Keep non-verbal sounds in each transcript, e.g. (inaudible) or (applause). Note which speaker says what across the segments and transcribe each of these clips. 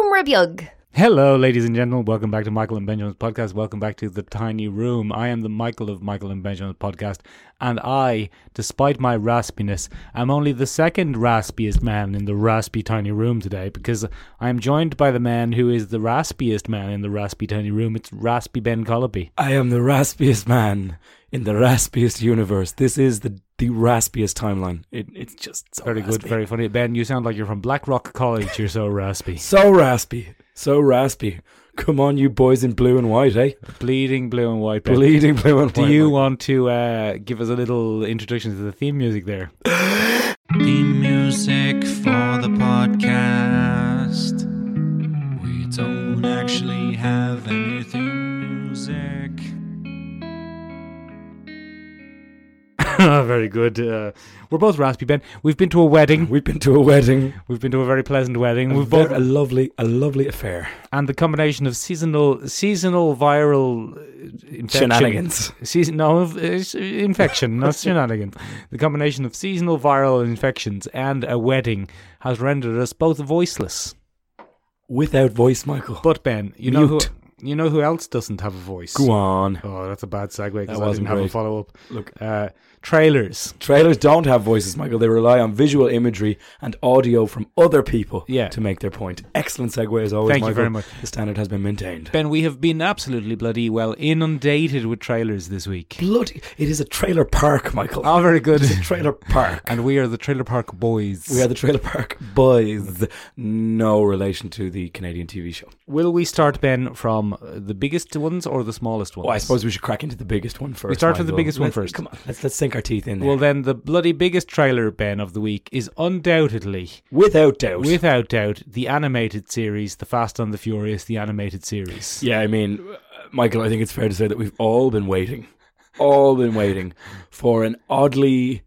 Speaker 1: Shomrabyug.
Speaker 2: Hello, ladies and gentlemen. Welcome back to Michael and Benjamin's podcast. Welcome back to the tiny room. I am the Michael of Michael and Benjamin's podcast, and I, despite my raspiness, am only the second raspiest man in the raspy tiny room today because I am joined by the man who is the raspiest man in the raspy tiny room. It's Raspy Ben Colopy.
Speaker 3: I am the raspiest man in the raspiest universe. This is the the raspiest timeline. It, it's just so
Speaker 2: Very good,
Speaker 3: raspy.
Speaker 2: very funny. Ben, you sound like you're from Blackrock College. You're so
Speaker 3: (laughs)
Speaker 2: raspy.
Speaker 3: so raspy, so raspy. Come on, you boys in blue and white, eh?
Speaker 2: Bleeding blue and white. Ben.
Speaker 3: Bleeding blue and
Speaker 2: Do
Speaker 3: white.
Speaker 2: you
Speaker 3: Mike.
Speaker 2: want to uh, give us a little introduction to the theme music there?
Speaker 4: Theme music for the podcast. We don't actually have anything music.
Speaker 2: (laughs) Very good. Uh, we're both raspy, Ben. We've been to a
Speaker 3: (laughs)
Speaker 2: wedding.
Speaker 3: We've been to a wedding.
Speaker 2: We've been to Hmm. a very pleasant wedding. We've
Speaker 3: Very-
Speaker 2: both,
Speaker 3: a lovely, a lovely affair.
Speaker 2: and the combination of seasonal, seasonal viral uh, infection,
Speaker 3: Shenanigans.
Speaker 2: season no of- it's infection,
Speaker 3: (laughs)
Speaker 2: not shenanigans. The combination of seasonal viral infections and a wedding has rendered us both voiceless.
Speaker 3: Without voice, Michael.
Speaker 2: But Ben, you know
Speaker 3: Mute.
Speaker 2: who you know who else doesn't have a voice?
Speaker 3: Go on.
Speaker 2: Oh, that's a bad segue because
Speaker 3: That
Speaker 2: I didn't
Speaker 3: wasn't
Speaker 2: have a
Speaker 3: great.
Speaker 2: follow up.
Speaker 3: Look.
Speaker 2: uh, trailers.
Speaker 3: Trailers don't have voices, Michael. They rely on visual imagery and audio from other people
Speaker 2: Yeah.
Speaker 3: to make their point. Excellent segue as always,
Speaker 2: Thank you
Speaker 3: Michael.
Speaker 2: very much.
Speaker 3: The standard has been maintained.
Speaker 2: Ben, we have been absolutely bloody well inundated with trailers this week.
Speaker 3: Bloody, it is a trailer park, Michael.
Speaker 2: Oh, very
Speaker 3: (laughs)
Speaker 2: good.
Speaker 3: It's a trailer park.
Speaker 2: and we are the Trailer Park Boys.
Speaker 3: (laughs) We are the Trailer Park Boys. No relation to the Canadian TV show.
Speaker 2: Will we start, Ben, from uh, the biggest ones or the smallest ones?
Speaker 3: Well, Oh, I suppose we should crack into the biggest one first.
Speaker 2: start with the
Speaker 3: Michael.
Speaker 2: biggest one
Speaker 3: Let's-
Speaker 2: first.
Speaker 3: Come on, let's let's sink our teeth in there.
Speaker 2: Well, then, the bloody biggest trailer, Ben, of the week is undoubtedly,
Speaker 3: without doubt.
Speaker 2: without doubt, the animated series, The Fast and the Furious, the animated series.
Speaker 3: yeah, I mean, uh, Michael, I think it's fair to say that we've all been waiting, all been waiting for an oddly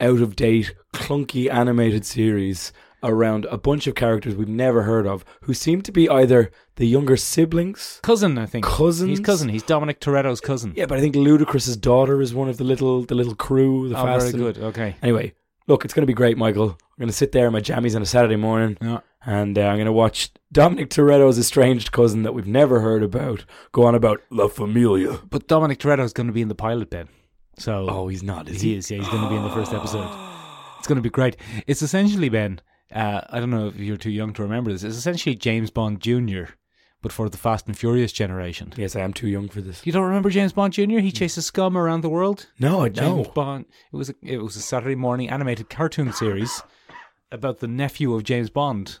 Speaker 3: out of date, clunky animated series around a bunch of characters we've never heard of who seem to be either the younger siblings.
Speaker 2: Cousin, I think.
Speaker 3: Cousins?
Speaker 2: He's cousin. He's Dominic Toretto's cousin.
Speaker 3: Yeah, but I think Ludacris's daughter is one of the little the little crew. The
Speaker 2: oh, very
Speaker 3: fast and-
Speaker 2: good. Okay.
Speaker 3: Anyway, look, it's going to be great, Michael. I'm going to sit there in my jammies on a Saturday morning
Speaker 2: Yeah.
Speaker 3: and uh, I'm going to watch Dominic Toretto's estranged cousin that we've never heard about go on about La Familia.
Speaker 2: But Dominic Toretto's going to be in the pilot, Ben. So.
Speaker 3: Oh, he's not, is
Speaker 2: he
Speaker 3: he?
Speaker 2: is. Yeah, he's going to be in the first episode. It's going to be great. It's essentially Ben. Uh, I don't know if you're too young to remember this. It's essentially James Bond Junior, but for the Fast and Furious generation.
Speaker 3: Yes, I am too young for this.
Speaker 2: You don't remember James Bond Junior? He chases scum around the world.
Speaker 3: No, I
Speaker 2: James
Speaker 3: don't.
Speaker 2: Bond. It was a, it was a Saturday morning animated cartoon series about the nephew of James Bond,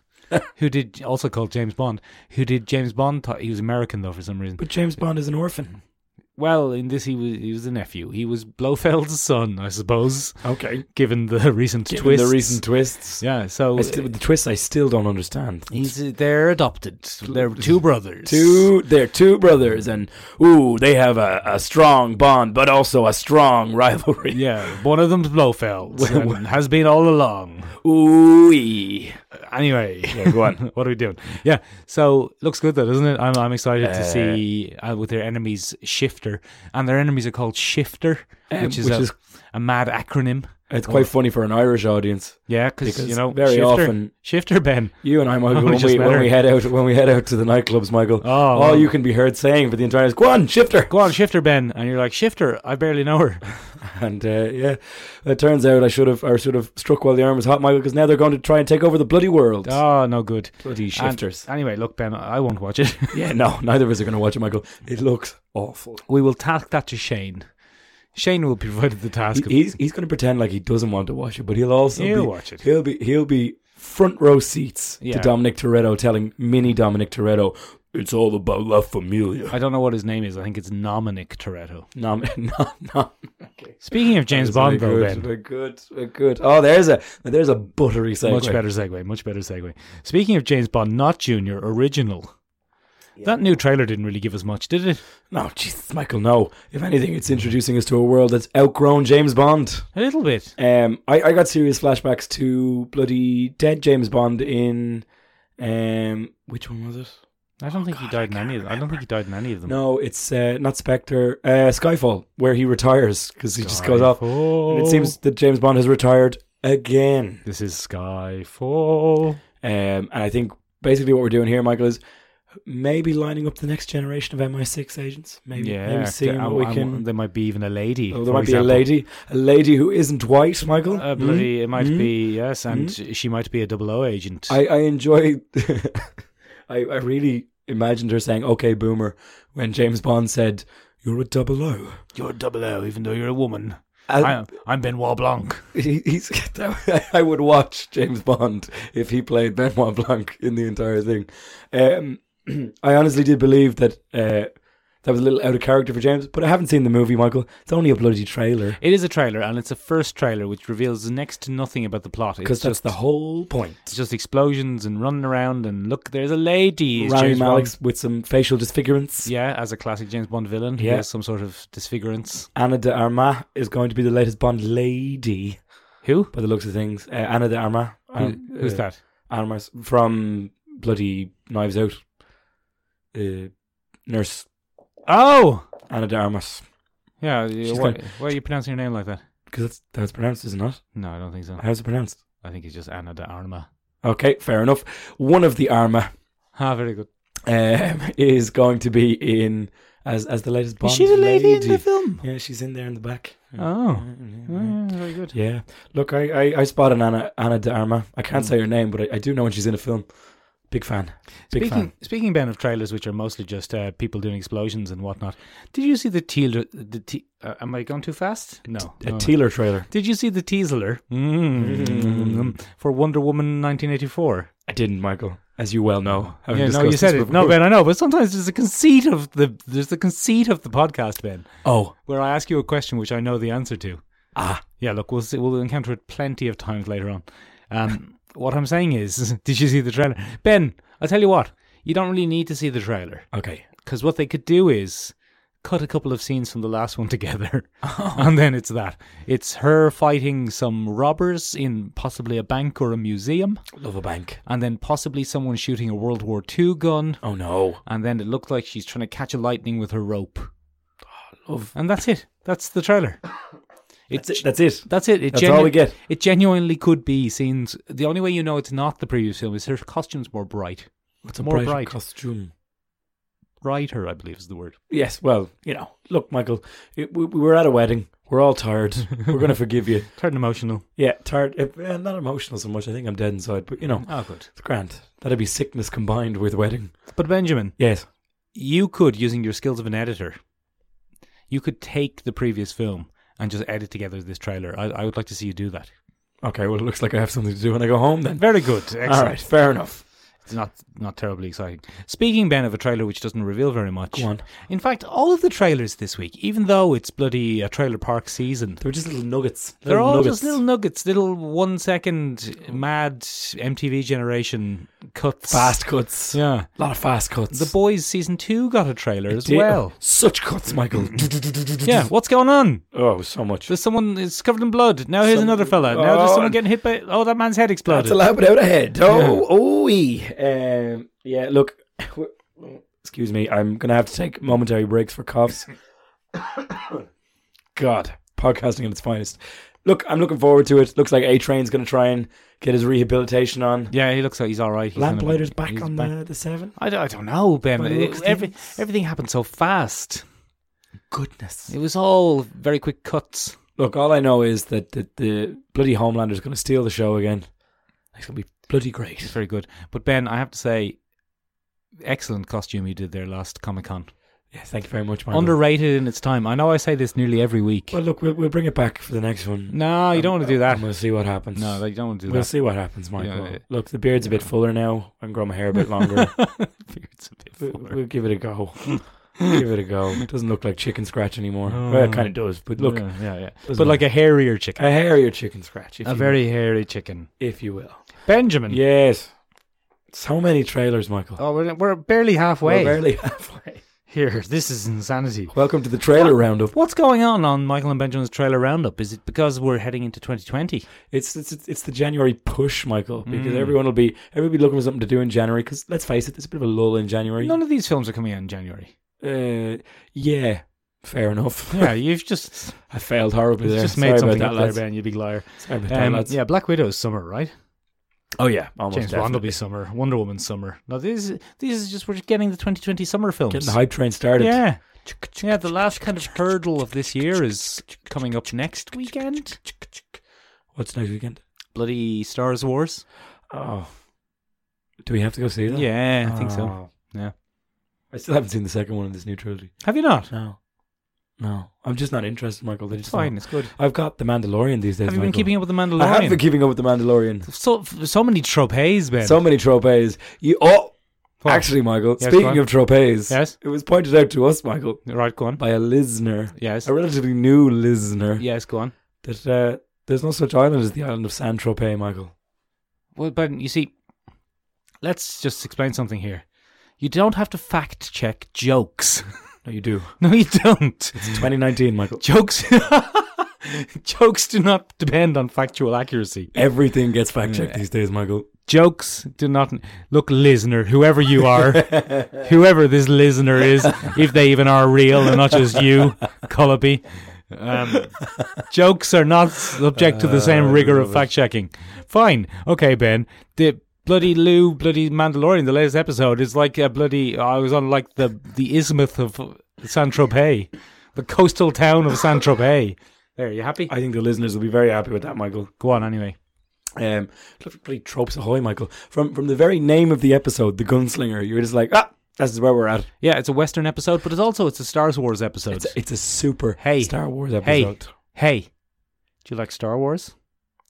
Speaker 2: who did also called James Bond, who did James Bond. Th- he was American though for some reason.
Speaker 3: But James Bond is an orphan.
Speaker 2: Well, in this he was he was the nephew. He was Blofeld's son, I suppose.
Speaker 3: Okay.
Speaker 2: Given the (laughs) recent
Speaker 3: Given
Speaker 2: twists.
Speaker 3: the recent twists.
Speaker 2: Yeah, so
Speaker 3: I still- the twists I still don't understand.
Speaker 2: he's they're adopted. They're two brothers.
Speaker 3: Two, they're two brothers, and ooh, they have a, a strong bond, but also a strong (laughs) rivalry.
Speaker 2: Yeah, one of them's
Speaker 3: (laughs)
Speaker 2: Blofeld and has been all along.
Speaker 3: Ooh.
Speaker 2: Anyway,
Speaker 3: Yeah, go on.
Speaker 2: (laughs) what are we doing? Yeah, so looks good though, doesn't it? I'm I'm excited to
Speaker 3: Uh,
Speaker 2: see uh, with their enemies Shifter, and their enemies are called Shifter,
Speaker 3: Um,
Speaker 2: which, is,
Speaker 3: which
Speaker 2: a,
Speaker 3: is-
Speaker 2: a mad acronym.
Speaker 3: It's quite funny for an Irish audience.
Speaker 2: Yeah, cause,
Speaker 3: Because
Speaker 2: you know
Speaker 3: very
Speaker 2: Shifter,
Speaker 3: often-
Speaker 2: Shifter Ben.
Speaker 3: You and I, Michael,
Speaker 2: We
Speaker 3: when,
Speaker 2: Oh, just
Speaker 3: we,
Speaker 2: met
Speaker 3: when
Speaker 2: her.
Speaker 3: we head out when we head out to the nightclubs, Michael,
Speaker 2: Oh,
Speaker 3: all
Speaker 2: well.
Speaker 3: you can be heard saying for the entire is "Go on, shifter."
Speaker 2: Go on, Shifter Ben, and you're like Shifter. I barely know her.
Speaker 3: And uh, yeah, it turns out I should have or should have struck while the iron was hot, Michael, because now they're going to try and take over the bloody world.
Speaker 2: Oh, no good.
Speaker 3: bloody
Speaker 2: And-
Speaker 3: shifters!
Speaker 2: anyway, look, Ben, I won't watch
Speaker 3: (laughs)
Speaker 2: it.
Speaker 3: yeah, no, neither of us are going to watch it, Michael. It looks awful.
Speaker 2: We will task that to Shane. Shane will be (laughs) provided the task.
Speaker 3: He-
Speaker 2: of
Speaker 3: he's he's going to pretend like he doesn't want to watch it, but he'll also
Speaker 2: He'll
Speaker 3: be,
Speaker 2: watch it.
Speaker 3: He'll be he'll be front row seats
Speaker 2: Yeah.
Speaker 3: to Dominic Toretto telling mini Dominic Toretto, "It's all about
Speaker 2: (laughs)
Speaker 3: La Familia."
Speaker 2: I don't know what his name is. I think it's Nominic Toretto.
Speaker 3: (laughs) No, no, no.
Speaker 2: Speaking of James Bond, though,
Speaker 3: very
Speaker 2: Ben,
Speaker 3: good, very good, very good. Oh, there's a there's a buttery segue.
Speaker 2: much better segue, much better segue. Speaking of James Bond, not Junior, original. That new trailer didn't really give us much, did it?
Speaker 3: No, Jesus, Michael, no. If anything, it's introducing us to a world that's outgrown James Bond.
Speaker 2: A little bit.
Speaker 3: Um, I, I got serious flashbacks to bloody dead James Bond in, um, which one was it?
Speaker 2: I don't think he died in any of them. I don't think he died in any of them.
Speaker 3: No, it's uh, not Spectre. Uh, Skyfall, where he retires because he just goes off. And
Speaker 2: Skyfall.
Speaker 3: it seems that James Bond has retired again.
Speaker 2: This is Skyfall.
Speaker 3: Um, and I think basically what we're doing here, Michael, is maybe lining up the next generation of MI6 agents. Maybe,
Speaker 2: yeah,
Speaker 3: maybe seeing
Speaker 2: I-
Speaker 3: what we
Speaker 2: I-
Speaker 3: can.
Speaker 2: there might be even a lady.
Speaker 3: Oh,
Speaker 2: for
Speaker 3: there might
Speaker 2: example.
Speaker 3: be a lady, a lady who isn't white, Michael.
Speaker 2: Uh,
Speaker 3: Mm.
Speaker 2: bloody, it might
Speaker 3: Mm.
Speaker 2: be yes, and sh- she might be a double O agent.
Speaker 3: Hmm? I, I enjoy. (laughs) I, I really imagined her saying, "Okay, boomer," when James Bond said, "You're a double O."
Speaker 2: you're a double O, even though you're a woman.
Speaker 3: I-
Speaker 2: I'm, I'm Benoit Blanc.
Speaker 3: He, he's. (laughs) I would watch James Bond if he played Benoit Blanc in the entire thing. Um, (clears throat) I honestly did believe that uh, that was a little out of character for James, but I haven't seen the movie, Michael. It's only a bloody trailer
Speaker 2: It is a trailer, and it's a first trailer which reveals next to nothing about the plot. It's
Speaker 3: because that's
Speaker 2: just
Speaker 3: the whole point.
Speaker 2: it's just explosions and running around and look, there's a lady. is
Speaker 3: Rami
Speaker 2: James Bond.
Speaker 3: Malek's with some facial disfigurements.
Speaker 2: Yeah, as a classic James Bond villain, he
Speaker 3: Yeah.
Speaker 2: has some sort of disfigurance.
Speaker 3: Anna de Armas is going to be the latest Bond lady.
Speaker 2: Who?
Speaker 3: by the looks of things. Uh, Anna de Armas.
Speaker 2: Who-
Speaker 3: Um,
Speaker 2: Who's
Speaker 3: uh,
Speaker 2: that?
Speaker 3: Anna Mars from bloody Knives Out. Uh, nurse
Speaker 2: Oh,
Speaker 3: Anna de Armas.
Speaker 2: yeah.
Speaker 3: She's
Speaker 2: Why, why are you pronouncing your name like that?
Speaker 3: Because that's how it's pronounced, is it not?
Speaker 2: No, I don't think so.
Speaker 3: How's it pronounced?
Speaker 2: I think it's just Anna de Arma.
Speaker 3: Okay, fair enough. One of the Arma
Speaker 2: Ah, very good.
Speaker 3: um, (laughs) is going to be in as as the latest Bond.
Speaker 2: film?
Speaker 3: Yeah, she's in there in the back.
Speaker 2: Oh.
Speaker 3: Yeah, yeah, yeah.
Speaker 2: Ah, very good.
Speaker 3: Yeah. Look, I, I, I spot an Anna Anna de Arma. I
Speaker 2: Hmm.
Speaker 3: can't say her name, but I, I do know when she's in a film. Big fan. Big
Speaker 2: Speaking,
Speaker 3: fan.
Speaker 2: speaking Ben of trailers, which are mostly just uh, people doing explosions and whatnot, did you see the teaser? The te- uh, am I going too fast? No.
Speaker 3: A
Speaker 2: no, no.
Speaker 3: Teeler trailer.
Speaker 2: Did you see the teaser mm. for Wonder Woman 1984?
Speaker 3: I didn't, Michael, as you well know. having
Speaker 2: Yeah, no,
Speaker 3: discussed
Speaker 2: you said
Speaker 3: this
Speaker 2: it. No,
Speaker 3: before.
Speaker 2: Ben, I know, but sometimes there's a conceit of the there's the conceit of the podcast, Ben,
Speaker 3: Oh,
Speaker 2: where I ask you a question which I know the answer to.
Speaker 3: ah,
Speaker 2: Yeah, look, we'll see, we'll encounter it plenty of times later on. Um, (laughs) what I'm saying is, (laughs) did you see the trailer, Ben? I'll tell you what. You don't really need to see the trailer.
Speaker 3: okay.
Speaker 2: because what they could do is cut a couple of scenes from the last one (laughs) together and then it's that it's her fighting some robbers in possibly a bank or a museum
Speaker 3: Love a bank.
Speaker 2: and then possibly someone shooting a world war ii gun
Speaker 3: Oh no,
Speaker 2: and then it looked like she's trying to catch a lightning with her rope
Speaker 3: love.
Speaker 2: and that's it that's the trailer it's
Speaker 3: That's it. That's it.
Speaker 2: that's it. it
Speaker 3: That's all we get.
Speaker 2: It genuinely could be scenes. The only way you know it's not the previous film is her costume's more bright.
Speaker 3: It's a
Speaker 2: more
Speaker 3: bright,
Speaker 2: bright.
Speaker 3: costume.
Speaker 2: Brighter, I believe, is the word.
Speaker 3: Yes. Well, you know. Look, Michael, it, we, we were at a wedding. We're all tired.
Speaker 2: (laughs)
Speaker 3: we're gonna forgive you.
Speaker 2: Turn emotional.
Speaker 3: Yeah, tired. eh, eh, not emotional so much. I think I'm dead inside. But you know,
Speaker 2: Oh, good.
Speaker 3: it's grand. That'd be sickness combined with wedding.
Speaker 2: But Benjamin,
Speaker 3: Yes.
Speaker 2: you could, using your skills of an editor, you could take the previous film and just edit together this trailer. I, I would like to see you do that.
Speaker 3: Okay. Well, it looks like I have something to do when I go home. Then.
Speaker 2: Very (laughs) good. Excellent.
Speaker 3: All right. Fair enough.
Speaker 2: It's not not terribly exciting. Speaking, Ben, of a trailer which doesn't reveal very much.
Speaker 3: Go on.
Speaker 2: In fact, all of the trailers this week, even though it's bloody a trailer park season,
Speaker 3: They were just little nuggets.
Speaker 2: they're
Speaker 3: Little
Speaker 2: all
Speaker 3: nuggets.
Speaker 2: just little nuggets, little one second mad MTV generation cuts.
Speaker 3: fast cuts.
Speaker 2: Yeah.
Speaker 3: A lot of fast cuts.
Speaker 2: The Boys season two got a trailer as
Speaker 3: Di-
Speaker 2: well.
Speaker 3: Such cuts, Michael.
Speaker 2: (clears throat) Yeah, what's going on?
Speaker 3: Oh, so much.
Speaker 2: There's someone is covered in blood. Now here's
Speaker 3: Some-
Speaker 2: another fella. Now
Speaker 3: Oh,
Speaker 2: there's someone
Speaker 3: and-
Speaker 2: getting hit by. Oh, that man's head
Speaker 3: That's
Speaker 2: exploded.
Speaker 3: allowed without a head. Oh, ooh. Um, yeah, look. Excuse me. I'm going to have to take momentary breaks for
Speaker 2: (coughs)
Speaker 3: coughs. God, podcasting at its finest. Look, I'm looking forward to it. Looks like A Train's going to try and get his rehabilitation on.
Speaker 2: yeah, he looks like he's all right. He's gonna be-
Speaker 3: Lamplighter's back
Speaker 2: he's
Speaker 3: on The, the seven.
Speaker 2: I don't, I don't know, Ben.
Speaker 3: By the looks
Speaker 2: It-
Speaker 3: of
Speaker 2: every,
Speaker 3: things.
Speaker 2: everything happened so fast.
Speaker 3: Goodness.
Speaker 2: It was all very quick cuts.
Speaker 3: Look, all I know is that the, the bloody Homelander's going to steal the show again. It's going to be bloody
Speaker 2: It's
Speaker 3: great.
Speaker 2: very good. But Ben, I have to say, excellent costume you did there last Comic Con.
Speaker 3: Yeah, thank you very much, Michael.
Speaker 2: Underrated in its time. I know I say this nearly every week.
Speaker 3: Well, look, we'll, we'll bring it back for the next one.
Speaker 2: no, you don't want to do that.
Speaker 3: And we'll see what happens.
Speaker 2: No, you don't want to do
Speaker 3: we'll
Speaker 2: that.
Speaker 3: see what happens, Michael.
Speaker 2: Yeah.
Speaker 3: Look, the beard's a bit fuller now. I can grow my hair a
Speaker 2: (laughs)
Speaker 3: bit longer.
Speaker 2: It's a bit
Speaker 3: We-
Speaker 2: fuller.
Speaker 3: we'll give it
Speaker 2: (laughs)
Speaker 3: a go. give it a go. It doesn't look like chicken scratch anymore.
Speaker 2: Oh.
Speaker 3: Well, it kind of does, but look,
Speaker 2: yeah, yeah, yeah.
Speaker 3: doesn't
Speaker 2: but like a hairier chicken,
Speaker 3: a hairier chicken scratch, if
Speaker 2: a
Speaker 3: you
Speaker 2: very hairy chicken.
Speaker 3: will, if you will.
Speaker 2: Benjamin.
Speaker 3: Yes, so many trailers, Michael.
Speaker 2: Oh, we're, we're barely halfway
Speaker 3: We're barely
Speaker 2: (laughs)
Speaker 3: halfway.
Speaker 2: here. This is insanity.
Speaker 3: Welcome to the trailer roundup.
Speaker 2: What's going on on Michael and Benjamin's trailer roundup? Is it because we're heading into 2020?
Speaker 3: It's it's it's it's the January push, Michael, because
Speaker 2: Mm.
Speaker 3: everyone will be everybody looking for something to do in January. Because let's face it, there's a bit of a lull in January.
Speaker 2: None of these films are coming out in January.
Speaker 3: Uh, yeah, fair enough.
Speaker 2: Yeah, you've (laughs) just
Speaker 3: (laughs) I failed horribly
Speaker 2: you've
Speaker 3: there.
Speaker 2: just
Speaker 3: Sorry
Speaker 2: made
Speaker 3: about
Speaker 2: something
Speaker 3: that,
Speaker 2: up there,
Speaker 3: lads.
Speaker 2: Ben. You big liar.
Speaker 3: Sorry about that,
Speaker 2: Um,
Speaker 3: lads.
Speaker 2: yeah, Black Widow's summer, right?
Speaker 3: Oh yeah, almost
Speaker 2: James Bond will be summer. Wonder Woman summer. Now these these is just we're just getting the 2020 summer films.
Speaker 3: getting the hype train started.
Speaker 2: yeah. Yeah, the last kind of hurdle of this year is coming up next weekend.
Speaker 3: What's next weekend?
Speaker 2: Bloody Star Wars.
Speaker 3: Oh, do we have to go see that?
Speaker 2: Yeah, I think so.
Speaker 3: Oh.
Speaker 2: Yeah.
Speaker 3: I still haven't seen the second one in this new trilogy.
Speaker 2: Have you not?
Speaker 3: No, no, I'm just not interested, Michael. They
Speaker 2: It's
Speaker 3: just
Speaker 2: fine.
Speaker 3: fine.
Speaker 2: It's good.
Speaker 3: I've got the Mandalorian these days.
Speaker 2: Have you been
Speaker 3: Michael.
Speaker 2: keeping up with the Mandalorian?
Speaker 3: I have been keeping up with the Mandalorian.
Speaker 2: so so many tropes, Ben.
Speaker 3: So many tropes. You oh,
Speaker 2: What?
Speaker 3: actually, Michael.
Speaker 2: Yes, go on.
Speaker 3: speaking of tropes,
Speaker 2: Yes.
Speaker 3: it was pointed out to us, Michael,
Speaker 2: right, go on.
Speaker 3: by a listener,
Speaker 2: Yes.
Speaker 3: a relatively new listener,
Speaker 2: Yes, go on.
Speaker 3: that uh, there's no such island as the island of San Tropez, Michael.
Speaker 2: Well, Ben, you see, let's just explain something here. You don't have to fact check jokes. (laughs)
Speaker 3: No, you do.
Speaker 2: no, you don't.
Speaker 3: It's 2019, Michael.
Speaker 2: jokes. (laughs) jokes do not depend on factual accuracy.
Speaker 3: Everything gets fact checked these days, Michael.
Speaker 2: Jokes do not look listener, whoever you
Speaker 3: (laughs)
Speaker 2: are, whoever this listener is, if they even are real and not just you,
Speaker 3: (laughs)
Speaker 2: Cullopy. Um, jokes are not subject to the
Speaker 3: Uh,
Speaker 2: same rigor of fact checking. Fine, okay, Ben. The bloody Lou, bloody Mandalorian, the latest episode is like a bloody. I was on like the the isthmus of Saint Tropez, the coastal town of Saint Tropez. There, you happy?
Speaker 3: I think the listeners will be very happy with that, Michael.
Speaker 2: Go on anyway.
Speaker 3: Um, bloody tropes ahoy, Michael. From from the very name of the episode, the gunslinger, you're just like, ah, that's where we're at.
Speaker 2: Yeah, it's a Western episode, but it's also it's a Star Wars episode.
Speaker 3: It's, it's a super
Speaker 2: Hey.
Speaker 3: Star Wars
Speaker 2: Hey.
Speaker 3: episode.
Speaker 2: Hey, do you like Star Wars?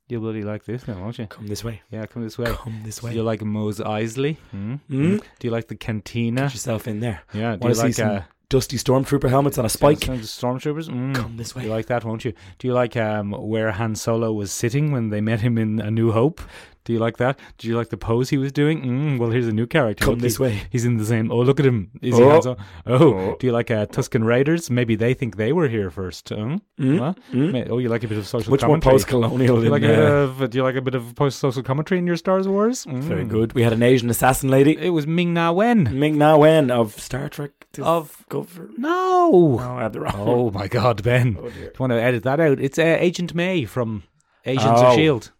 Speaker 2: You bloody like this now, won't you?
Speaker 3: Come this way.
Speaker 2: Yeah, come this way.
Speaker 3: Come this
Speaker 2: Do
Speaker 3: way.
Speaker 2: you like Mose Eisley? Hmm?
Speaker 3: Hmm?
Speaker 2: Do you like the cantina?
Speaker 3: Put yourself in there.
Speaker 2: Yeah, do
Speaker 3: Want
Speaker 2: you
Speaker 3: to see
Speaker 2: like
Speaker 3: some
Speaker 2: uh,
Speaker 3: dusty stormtrooper helmets on a
Speaker 2: do you
Speaker 3: spike?
Speaker 2: like some stormtroopers? Mm.
Speaker 3: Come this
Speaker 2: You
Speaker 3: way.
Speaker 2: like that, won't you? Do you like um, where Han Solo was sitting when they met him in A New Hope? Do you like that? Do you like the pose he was doing? Mm, well, here's a new character.
Speaker 3: Come
Speaker 2: Look,
Speaker 3: this
Speaker 2: he-
Speaker 3: way.
Speaker 2: He's in the same. Oh, look at him. Is he
Speaker 3: Oh.
Speaker 2: Han Solo? Oh,
Speaker 3: Oh.
Speaker 2: do you like uh, Tuscan Raiders? Maybe they think they were here first. Huh?
Speaker 3: Mm,
Speaker 2: Huh? Ma- Oh, you like a bit of social
Speaker 3: Much more
Speaker 2: commentary.
Speaker 3: post-colonial
Speaker 2: Do you
Speaker 3: than
Speaker 2: like a
Speaker 3: uh,
Speaker 2: bit of Do you like a bit of post-social commentary in your Star Wars? Mm.
Speaker 3: Very good. We had an Asian assassin lady,
Speaker 2: It was Ming Na Wen.
Speaker 3: Ming Na Wen of Star Trek. Of Cover.
Speaker 2: No.
Speaker 3: No, I had the wrong.
Speaker 2: Oh my God, Ben!
Speaker 3: Oh, dear.
Speaker 2: Do you want to edit that out? It's uh, Agent May from Agents of
Speaker 3: Oh.
Speaker 2: Shield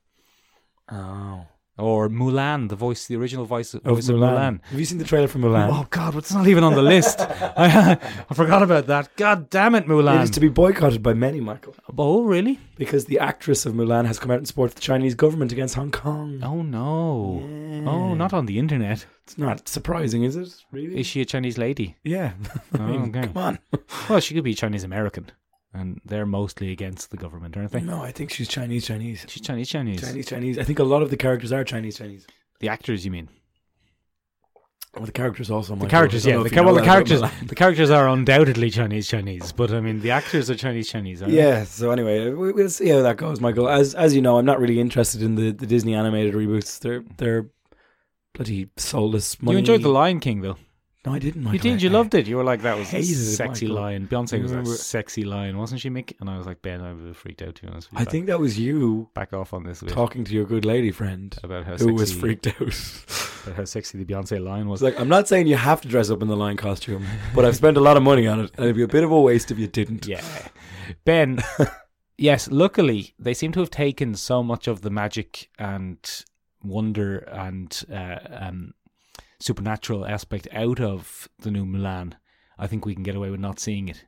Speaker 3: Oh.
Speaker 2: E or Mulan, the voice, the original voice,
Speaker 3: Of
Speaker 2: voice of Mulan.
Speaker 3: Have you seen the trailer for Mulan?
Speaker 2: Oh God, what's not even on the
Speaker 3: (laughs)
Speaker 2: list? (laughs) I, I forgot about that. God damn it,
Speaker 3: It is
Speaker 2: Mulan!
Speaker 3: to be boycotted by many, Michael,
Speaker 2: oh really?
Speaker 3: because the actress of Mulan has come out and supported the Chinese government against Hong Kong.
Speaker 2: Oh no! Oh, not on the internet.
Speaker 3: It's not surprising, is it? Really?
Speaker 2: Is she a Chinese lady?
Speaker 3: yeah. (laughs)
Speaker 2: Oh, okay.
Speaker 3: Come on.
Speaker 2: Well, she could be Chinese American, and they're mostly against the government, aren't they?
Speaker 3: No, I think she's Chinese, Chinese.
Speaker 2: She's Chinese, Chinese.
Speaker 3: Chinese, Chinese. I think a lot of the characters are Chinese, Chinese.
Speaker 2: The actors, you mean?
Speaker 3: Well, the characters also.
Speaker 2: The characters, yeah. The, ca- well, the characters, (laughs) the characters are undoubtedly Chinese, Chinese. But I mean, the actors are Chinese, Chinese. Aren't
Speaker 3: Yeah. So anyway, we, we'll see how that goes, Michael. As as you know, I'm not really interested in the, the Disney animated reboots. They're they're bloody soulless.
Speaker 2: They?
Speaker 3: Money.
Speaker 2: You enjoyed the Lion King, though.
Speaker 3: No, I didn't.
Speaker 2: You
Speaker 3: Michael.
Speaker 2: did. You
Speaker 3: I-
Speaker 2: loved it. You were like, "That was a
Speaker 3: hated it,
Speaker 2: sexy
Speaker 3: Michael.
Speaker 2: lion." Beyonce was that
Speaker 3: Remember-
Speaker 2: sexy lion, wasn't she, Mick? And I was like, Ben, I was freaked out. To be honest, with you.
Speaker 3: I
Speaker 2: Back-
Speaker 3: think that was you
Speaker 2: back off on this a bit
Speaker 3: talking to your good lady friend
Speaker 2: about E. how
Speaker 3: who
Speaker 2: sexy,
Speaker 3: was freaked out. (laughs) It's
Speaker 2: about how sexy the Beyonce lion was.
Speaker 3: like I'm not saying you have to dress up in the lion costume, but I've spent a lot of money on it, and it'd be a bit of a waste if you didn't.
Speaker 2: (laughs) Yeah.
Speaker 3: (laughs)
Speaker 2: Ben, yes, luckily, they seem to have taken so much of the magic and wonder and uh, um, supernatural aspect out of the new Mulan. I think we can get away with not seeing it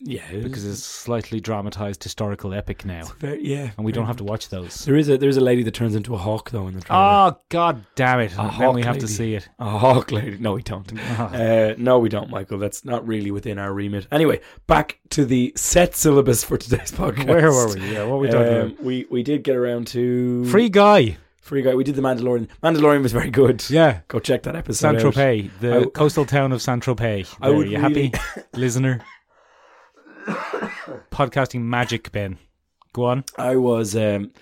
Speaker 3: Yeah,
Speaker 2: because it's slightly dramatized historical epic now,
Speaker 3: very, yeah,
Speaker 2: and we don't have to watch those.
Speaker 3: There is a there is a lady that turns into a hawk though in the trailer.
Speaker 2: Oh, god damn it.
Speaker 3: A
Speaker 2: Then we
Speaker 3: hawk
Speaker 2: have to
Speaker 3: lady.
Speaker 2: see
Speaker 3: (laughs)
Speaker 2: it.
Speaker 3: A hawk lady. No, we don't.
Speaker 2: Ah.
Speaker 3: Uh, no, we don't, Michael. That's not really within our remit. Anyway, back to the set syllabus for today's
Speaker 2: (laughs)
Speaker 3: podcast.
Speaker 2: Where were we? Yeah, what were we talking
Speaker 3: Um, we we did get around to
Speaker 2: about? Free Guy.
Speaker 3: free guy. We did the Mandalorian. Mandalorian was very good.
Speaker 2: Yeah.
Speaker 3: Go check that episode.
Speaker 2: Saint
Speaker 3: out.
Speaker 2: Tropez, the
Speaker 3: I-
Speaker 2: coastal town of Saint Tropez.
Speaker 3: I
Speaker 2: There,
Speaker 3: would
Speaker 2: you
Speaker 3: really-
Speaker 2: happy, (laughs) listener? Podcasting magic, Ben. Go on.
Speaker 3: I was um,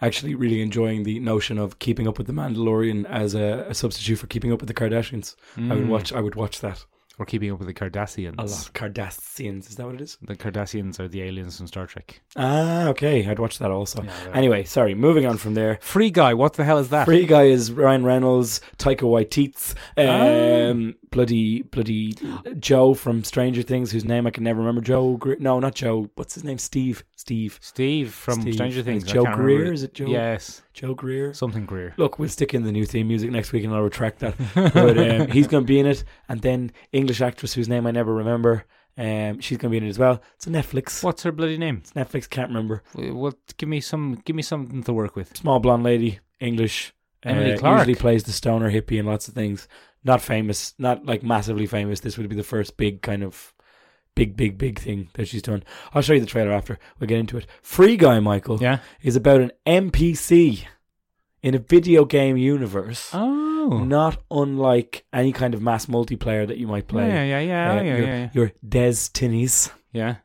Speaker 3: actually really enjoying the notion of
Speaker 2: Mm.
Speaker 3: keeping up with the Mandalorian as a, a substitute for keeping up with the Kardashians. I would watch. I would watch that.
Speaker 2: Or keeping up with the Cardassians.
Speaker 3: A lot of Cardassians. Is that what it is?
Speaker 2: The Cardassians are the aliens from Star Trek.
Speaker 3: Ah, okay. I'd watch that also.
Speaker 2: Yeah, they're-
Speaker 3: anyway, sorry. Moving on from there.
Speaker 2: Free Guy, what the hell is that?
Speaker 3: Free guy is Ryan Reynolds, Taika Waititi, um,
Speaker 2: Oh.
Speaker 3: bloody bloody Joe from Stranger Things, whose name I can never remember. Joe, Gre- no, not Joe. What's his name? Steve. Steve.
Speaker 2: Steve from
Speaker 3: Steve.
Speaker 2: Stranger
Speaker 3: Is
Speaker 2: Things. I
Speaker 3: Joe
Speaker 2: can't remember
Speaker 3: Greer? Is it Joe?
Speaker 2: Yes,
Speaker 3: Joe Greer.
Speaker 2: something Greer.
Speaker 3: Look, we'll stick in the new theme music next week, and I'll
Speaker 2: (laughs)
Speaker 3: retract that. But um, he's going to be in it, and then English actress whose name I never remember. Um, she's going to be in it as well. It's a Netflix.
Speaker 2: What's her bloody name?
Speaker 3: It's Netflix. Can't remember.
Speaker 2: Uh, What? Give me some. Give me something to work with.
Speaker 3: Small blonde lady, English. uh,
Speaker 2: Emily Clarke.
Speaker 3: usually plays the stoner hippie and lots of things. Not famous, not like massively famous. This would be the first big kind of big, big, big thing that she's done. I'll show you the trailer after we get into it. Free Guy Michael
Speaker 2: Yeah.
Speaker 3: is about an NPC in a video game universe.
Speaker 2: Oh.
Speaker 3: not unlike any kind of mass multiplayer that you might play.
Speaker 2: Yeah, yeah, yeah,
Speaker 3: Uh,
Speaker 2: yeah,
Speaker 3: your,
Speaker 2: yeah, yeah.
Speaker 3: your Destinies,
Speaker 2: yeah.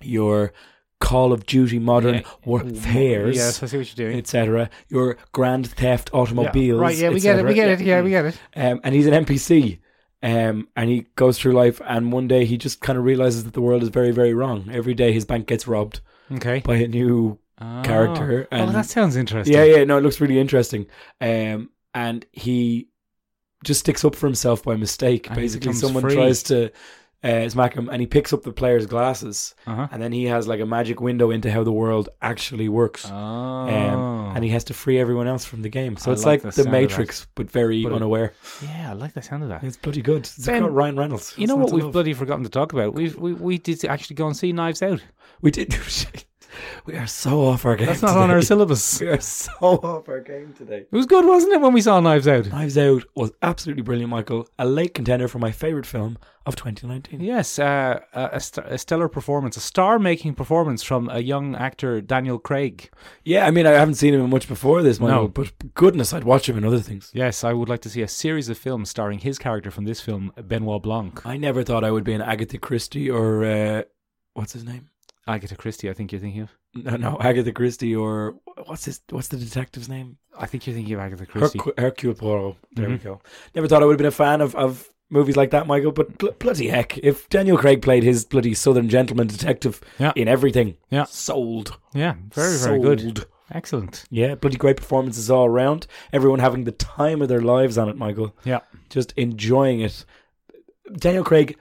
Speaker 3: your Call of Duty Modern
Speaker 2: Yeah.
Speaker 3: Warfares,
Speaker 2: Yes, I see what you're doing.
Speaker 3: etc. Your Grand Theft Automobiles,
Speaker 2: Yeah, Right, yeah, we get it, we get it, yeah, we get it.
Speaker 3: Um, and he's an NPC. Um, and he goes through life, and one day he just kind of realizes that the world is very, very wrong. Every day his bank gets robbed
Speaker 2: Okay.
Speaker 3: by a new
Speaker 2: Oh.
Speaker 3: character
Speaker 2: oh,
Speaker 3: and-
Speaker 2: that sounds interesting.
Speaker 3: Yeah, yeah, no, it looks really interesting. Um, and he just sticks up for himself by mistake.
Speaker 2: And he
Speaker 3: Basically,
Speaker 2: becomes
Speaker 3: someone
Speaker 2: free.
Speaker 3: tries to uh, smack him, and he picks up the player's glasses,
Speaker 2: Uh-huh.
Speaker 3: and then he has like a magic window into how the world actually works.
Speaker 2: Oh.
Speaker 3: Um, and he has to free everyone else from the game. So
Speaker 2: I
Speaker 3: it's
Speaker 2: like
Speaker 3: like,
Speaker 2: the
Speaker 3: the
Speaker 2: sound of that.
Speaker 3: Matrix, but very
Speaker 2: But it-
Speaker 3: unaware.
Speaker 2: yeah, I like the sound of that.
Speaker 3: It's bloody good. It's
Speaker 2: Ben,
Speaker 3: got Ryan Reynolds.
Speaker 2: You know what
Speaker 3: What's not to
Speaker 2: we've
Speaker 3: love?
Speaker 2: bloody forgotten to talk about? We've, we we did actually go and see Knives
Speaker 3: (laughs)
Speaker 2: Out.
Speaker 3: we did. we are so off our game.
Speaker 2: (laughs) That's not
Speaker 3: (laughs)
Speaker 2: on our
Speaker 3: today.
Speaker 2: syllabus.
Speaker 3: We are so off our game today.
Speaker 2: It was good, wasn't it, when we saw Knives Out?
Speaker 3: Knives Out was absolutely brilliant, Michael. A late contender for my favourite film of 2019.
Speaker 2: Yes, uh, a, a, st- a stellar performance, a star-making performance from a young actor, Daniel Craig.
Speaker 3: Yeah, I mean, I haven't seen him in much before this, Michael,
Speaker 2: No.
Speaker 3: but goodness, I'd watch him in other things.
Speaker 2: Yes, I would like to see a series of films starring his character from this film, Benoit Blanc.
Speaker 3: I never thought I would be an Agatha Christie or. Uh, what's his name?
Speaker 2: Agatha Christie, I think you're thinking of.
Speaker 3: No, no, Agatha Christie or. What's his? What's the detective's name?
Speaker 2: I think you're thinking of Agatha Christie.
Speaker 3: Hercu- Hercule Poirot. There we
Speaker 2: Mhm.
Speaker 3: go. Never thought I would have been a fan of. of Movies like that, Michael, but bl- bloody heck! If Daniel Craig played his bloody Southern gentleman detective
Speaker 2: Yeah.
Speaker 3: in everything,
Speaker 2: Yeah.
Speaker 3: sold,
Speaker 2: yeah, very, very good.
Speaker 3: Sold.
Speaker 2: Excellent.
Speaker 3: Yeah, bloody great performances all around. Everyone having the time of their lives on it, Michael.
Speaker 2: Yeah.
Speaker 3: Just enjoying it. Daniel Craig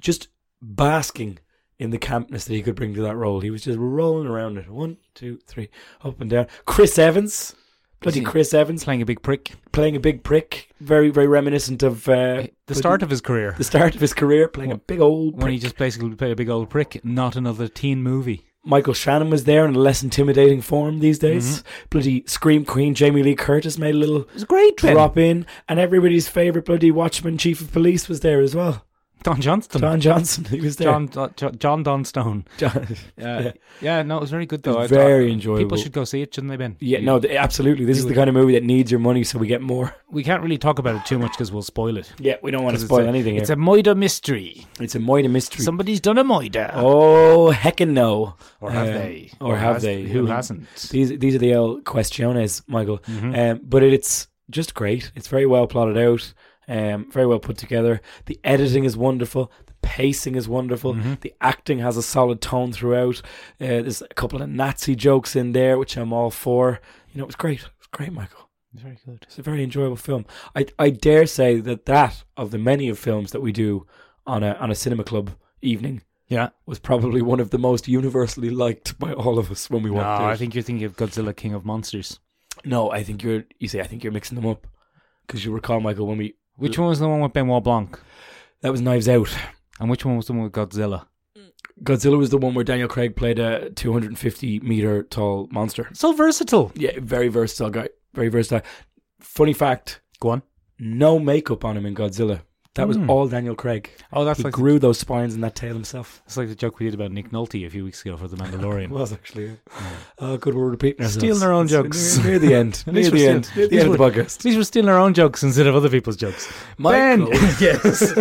Speaker 3: just basking in the campness that he could bring to that role. He was just rolling around it. One, two, three, up and down. Chris Evans. Bloody
Speaker 2: Is he-
Speaker 3: Chris Evans
Speaker 2: Playing a big prick.
Speaker 3: playing a big prick. Very, very reminiscent of uh,
Speaker 2: The start of his career.
Speaker 3: the start of his career, playing a big old
Speaker 2: When
Speaker 3: prick.
Speaker 2: he just basically played a big old prick, not another teen movie.
Speaker 3: Michael Shannon was there in a less intimidating form these days.
Speaker 2: Mm-hmm.
Speaker 3: Bloody Scream Queen Jamie Lee Curtis made a little
Speaker 2: It was great, Ben.
Speaker 3: drop in, and everybody's favorite bloody Watchman chief of police was there as well.
Speaker 2: Don Johnston.
Speaker 3: Don Johnson, (laughs) he was there.
Speaker 2: John, Don- Jo- John Don Stone.
Speaker 3: John- (laughs)
Speaker 2: Yeah, Uh, yeah, no, it was very good though.
Speaker 3: It's
Speaker 2: I thought-
Speaker 3: very enjoyable.
Speaker 2: People should go see it, shouldn't they, Ben?
Speaker 3: yeah,
Speaker 2: You-
Speaker 3: no, th- absolutely. This
Speaker 2: you
Speaker 3: is the
Speaker 2: would-
Speaker 3: kind of movie that needs your money, so we get more.
Speaker 2: we can't really talk about it too much because we'll spoil it.
Speaker 3: Yeah, we don't want
Speaker 2: 'Cause
Speaker 3: to
Speaker 2: it's
Speaker 3: spoil
Speaker 2: a-
Speaker 3: anything
Speaker 2: It's
Speaker 3: here.
Speaker 2: a moida mystery.
Speaker 3: it's a Moida mystery.
Speaker 2: Somebody's done a moida,
Speaker 3: oh, heckin' no!
Speaker 2: or have
Speaker 3: Um,
Speaker 2: they? Um,
Speaker 3: Or have
Speaker 2: has-
Speaker 3: they? I
Speaker 2: Who
Speaker 3: mean,
Speaker 2: hasn't?
Speaker 3: These these are the old questiones, Michael.
Speaker 2: Mm-hmm.
Speaker 3: Um, but it, it's just great. It's very well plotted out. Um, very well put together. The editing is wonderful. The pacing is wonderful.
Speaker 2: Mm-hmm.
Speaker 3: The acting has a solid tone throughout. Uh, there's a couple of Nazi jokes in there, which I'm all for. You know, it was great. It was great, Michael.
Speaker 2: Very good.
Speaker 3: It's a very enjoyable film. I I dare say that that of the many of films that we do on a on a cinema club evening
Speaker 2: Yeah.
Speaker 3: was probably one of the most universally liked by all of us when we
Speaker 2: No,
Speaker 3: walked out.
Speaker 2: I think you're thinking of Godzilla King of Monsters.
Speaker 3: No, I think you're. You say I think you're mixing them up because you recall, Michael, when we
Speaker 2: Which one was the one with Benoit Blanc?
Speaker 3: that was Knives Out.
Speaker 2: And which one was the one with Godzilla?
Speaker 3: Godzilla was the one where Daniel Craig played a 250 meter tall monster.
Speaker 2: So versatile.
Speaker 3: Yeah, very versatile guy. Very versatile. Funny fact:
Speaker 2: Go on.
Speaker 3: no makeup on him in Godzilla. That was
Speaker 2: Hmm.
Speaker 3: all Daniel Craig.
Speaker 2: Oh, that's
Speaker 3: he
Speaker 2: like
Speaker 3: grew those spines and that tail himself.
Speaker 2: that's like the joke we did about Nick Nolte a few weeks ago for The (laughs)
Speaker 3: It
Speaker 2: Mandalorian.
Speaker 3: was actually. Oh, good. We're repeating ourselves.
Speaker 2: Stealing our own
Speaker 3: It's near-
Speaker 2: jokes.
Speaker 3: Near,
Speaker 2: (laughs)
Speaker 3: the end. near
Speaker 2: least
Speaker 3: the
Speaker 2: we're
Speaker 3: end.
Speaker 2: still-
Speaker 3: Near the
Speaker 2: at
Speaker 3: end of
Speaker 2: least
Speaker 3: the podcast.
Speaker 2: At least we're stealing our own jokes instead of other people's jokes.
Speaker 3: Michael.
Speaker 2: (laughs) yes.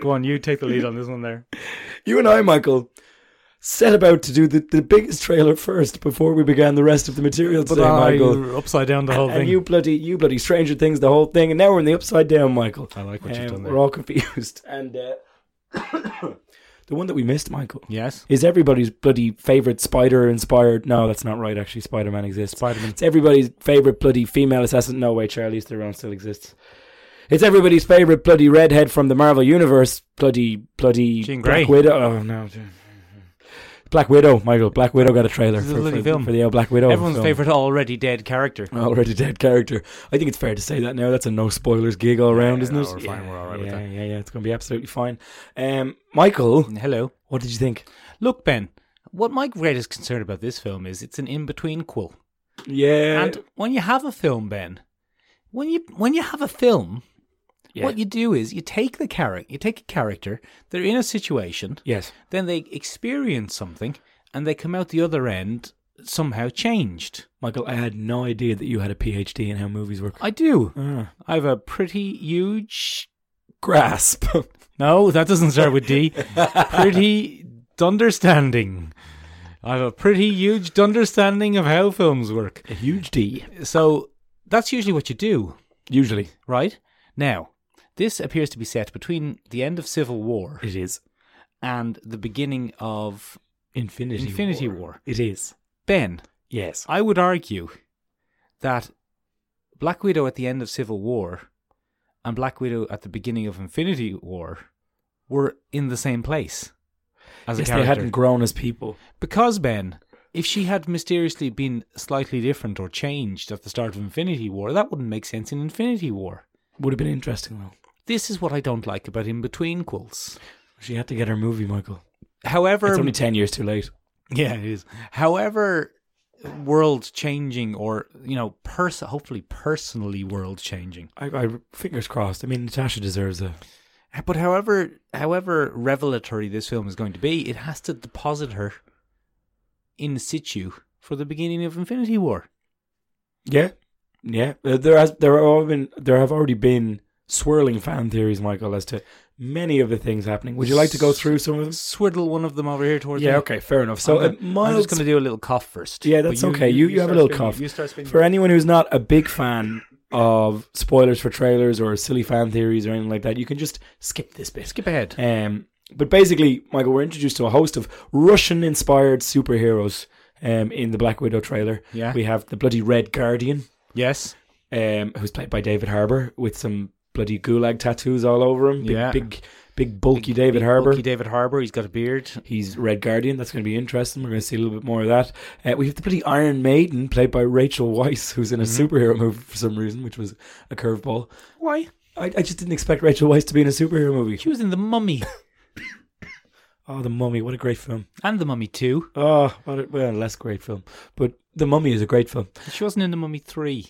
Speaker 2: Go on, you take the lead on this one there.
Speaker 3: You and I, Michael, set about to do the, the biggest trailer first before we began the rest of the material
Speaker 2: (laughs) But
Speaker 3: today,
Speaker 2: I-
Speaker 3: Michael.
Speaker 2: you're upside down the whole
Speaker 3: And
Speaker 2: thing.
Speaker 3: you bloody, you bloody Stranger Things, the whole thing, and now we're in the upside down, Michael.
Speaker 2: I like what
Speaker 3: Um,
Speaker 2: you've done there.
Speaker 3: we're all confused. (laughs) And uh, (coughs) the one that we missed, Michael,
Speaker 2: yes,
Speaker 3: is everybody's bloody favorite spider-inspired. No, that's not right. Actually, Spider-Man exists.
Speaker 2: Spider-Man.
Speaker 3: It's everybody's favorite bloody female assassin. No way, Charlie Theron still exists. It's everybody's favorite bloody redhead from the Marvel Universe. Bloody bloody
Speaker 2: Jean Grey.
Speaker 3: Black Widow. Oh no, Black Widow. Michael Black Widow got a trailer
Speaker 2: This is a
Speaker 3: for,
Speaker 2: bloody
Speaker 3: for-
Speaker 2: film.
Speaker 3: for the old Black Widow.
Speaker 2: Everyone's
Speaker 3: film.
Speaker 2: favorite already dead character.
Speaker 3: Already dead character. I think it's fair to say that now. That's a no spoilers gig all round,
Speaker 2: yeah,
Speaker 3: isn't
Speaker 2: no,
Speaker 3: it?
Speaker 2: we're fine, we're all right
Speaker 3: yeah,
Speaker 2: with that.
Speaker 3: Yeah, yeah, it's going to be absolutely fine. Um, Michael,
Speaker 2: Hello.
Speaker 3: what did you think?
Speaker 2: Look, Ben. What my greatest concern about this film is it's an in-between quill.
Speaker 3: Yeah,
Speaker 2: And when you have a film, Ben, when you when you have a film,
Speaker 3: Yeah.
Speaker 2: what you do is you take the character, you take a character, they're in a situation,
Speaker 3: yes,
Speaker 2: then they experience something, and they come out the other end somehow changed.
Speaker 3: Michael, I had no idea that you had a PhD in how movies work.
Speaker 2: I do.
Speaker 3: Ah.
Speaker 2: I have a pretty huge.
Speaker 3: grasp.
Speaker 2: (laughs) No, that doesn't start with D. pretty understanding. I have a pretty huge understanding of how films work.
Speaker 3: a huge D,
Speaker 2: So that's usually what you do.
Speaker 3: usually.
Speaker 2: right? Now, this appears to be set between the end of Civil War
Speaker 3: It is.
Speaker 2: and the beginning of
Speaker 3: Infinity
Speaker 2: Infinity War.
Speaker 3: It is.
Speaker 2: Ben.
Speaker 3: Yes.
Speaker 2: I would argue that Black Widow at the end of Civil War and Black Widow at the beginning of Infinity War were in the same place as
Speaker 3: Yes,
Speaker 2: a
Speaker 3: they
Speaker 2: character.
Speaker 3: hadn't grown as people.
Speaker 2: Because Ben, if she had mysteriously been slightly different or changed at the start of Infinity War, that wouldn't make sense in Infinity War.
Speaker 3: Would have been interesting though.
Speaker 2: This is what I don't like about in between quills.
Speaker 3: She had to get her movie, Michael.
Speaker 2: However,
Speaker 3: It's only ten years too late.
Speaker 2: (laughs) Yeah, it is. However, world changing or you know, pers- hopefully personally world changing.
Speaker 3: I, I fingers crossed. I mean, Natasha deserves a.
Speaker 2: But however, however revelatory this film is going to be, it has to deposit her in situ for the beginning of Infinity War.
Speaker 3: Yeah, yeah. Uh, There has there have all been there have already been swirling fan theories, Michael, as to many of the things happening. Would you like to go through some of them?
Speaker 2: Swiddle one of them over here towards
Speaker 3: Yeah.
Speaker 2: me.
Speaker 3: Okay. Fair enough.
Speaker 2: So
Speaker 3: So,
Speaker 2: I'm,
Speaker 3: uh,
Speaker 2: gonna, I'm
Speaker 3: mild
Speaker 2: just going to do a little cough first.
Speaker 3: Yeah,
Speaker 2: But
Speaker 3: that's okay. You- you have a
Speaker 2: start
Speaker 3: little
Speaker 2: spinning-
Speaker 3: cough.
Speaker 2: You start spinning.
Speaker 3: for anyone who's not a big fan of spoilers for trailers or silly fan theories or anything like that, you can just skip this bit.
Speaker 2: Skip ahead.
Speaker 3: Um, but basically, Michael, we're introduced to a host of Russian-inspired superheroes um, in the Black Widow trailer.
Speaker 2: Yeah.
Speaker 3: we have the bloody Red Guardian,
Speaker 2: Yes.
Speaker 3: um, who's played by David Harbour with some bloody gulag tattoos all over him. Big,
Speaker 2: Yeah.
Speaker 3: big, big, bulky David Harbour.
Speaker 2: Bulky David Harbour. He's got a beard.
Speaker 3: He's Red Guardian. That's going to be interesting. We're going to see a little bit more of that. Uh, we have the bloody Iron Maiden, played by Rachel Weisz, who's in a superhero movie for some reason, which was a curveball.
Speaker 2: Why?
Speaker 3: I, I just didn't expect Rachel Weisz to be in a superhero movie.
Speaker 2: She was in The Mummy
Speaker 3: Oh, The Mummy. What a great film.
Speaker 2: and The Mummy 2.
Speaker 3: Oh, what a, well, less great film. But The Mummy is a great film.
Speaker 2: She wasn't in The Mummy 3.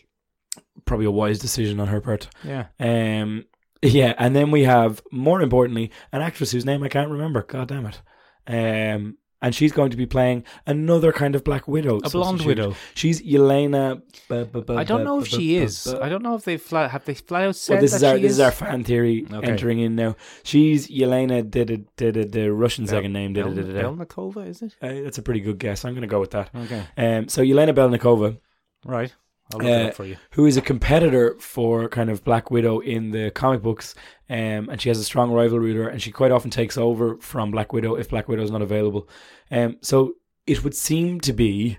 Speaker 3: Probably a wise decision on her part.
Speaker 2: Yeah.
Speaker 3: Um, (laughs) yeah, and then we have, more importantly, an actress whose name I can't remember. God damn it. Um, and she's going to be playing another kind of Black Widow.
Speaker 2: A blonde
Speaker 3: substitute.
Speaker 2: widow.
Speaker 3: She's Yelena. bu- bu- bu-
Speaker 2: I don't
Speaker 3: bu-
Speaker 2: know if
Speaker 3: bu-
Speaker 2: she
Speaker 3: bu-
Speaker 2: is.
Speaker 3: bu-
Speaker 2: I don't know if they fly, have they flat out said
Speaker 3: Well, this
Speaker 2: that
Speaker 3: is our
Speaker 2: she
Speaker 3: this is our fan theory
Speaker 2: Okay.
Speaker 3: entering in now. She's Yelena. Did it? Did it? The Russian second name. Did
Speaker 2: Bel-
Speaker 3: it? Did it?
Speaker 2: Belnikova, is it?
Speaker 3: Uh, That's a pretty good guess. I'm going to go with that.
Speaker 2: Okay,
Speaker 3: Um, so Yelena Belnikova,
Speaker 2: right. I'll look it
Speaker 3: Uh,
Speaker 2: up for you.
Speaker 3: who is a competitor for kind of Black Widow in the comic books, um, and she has a strong rivalry with her, and she quite often takes over from Black Widow if Black Widow is not available. Um, so it would seem to be.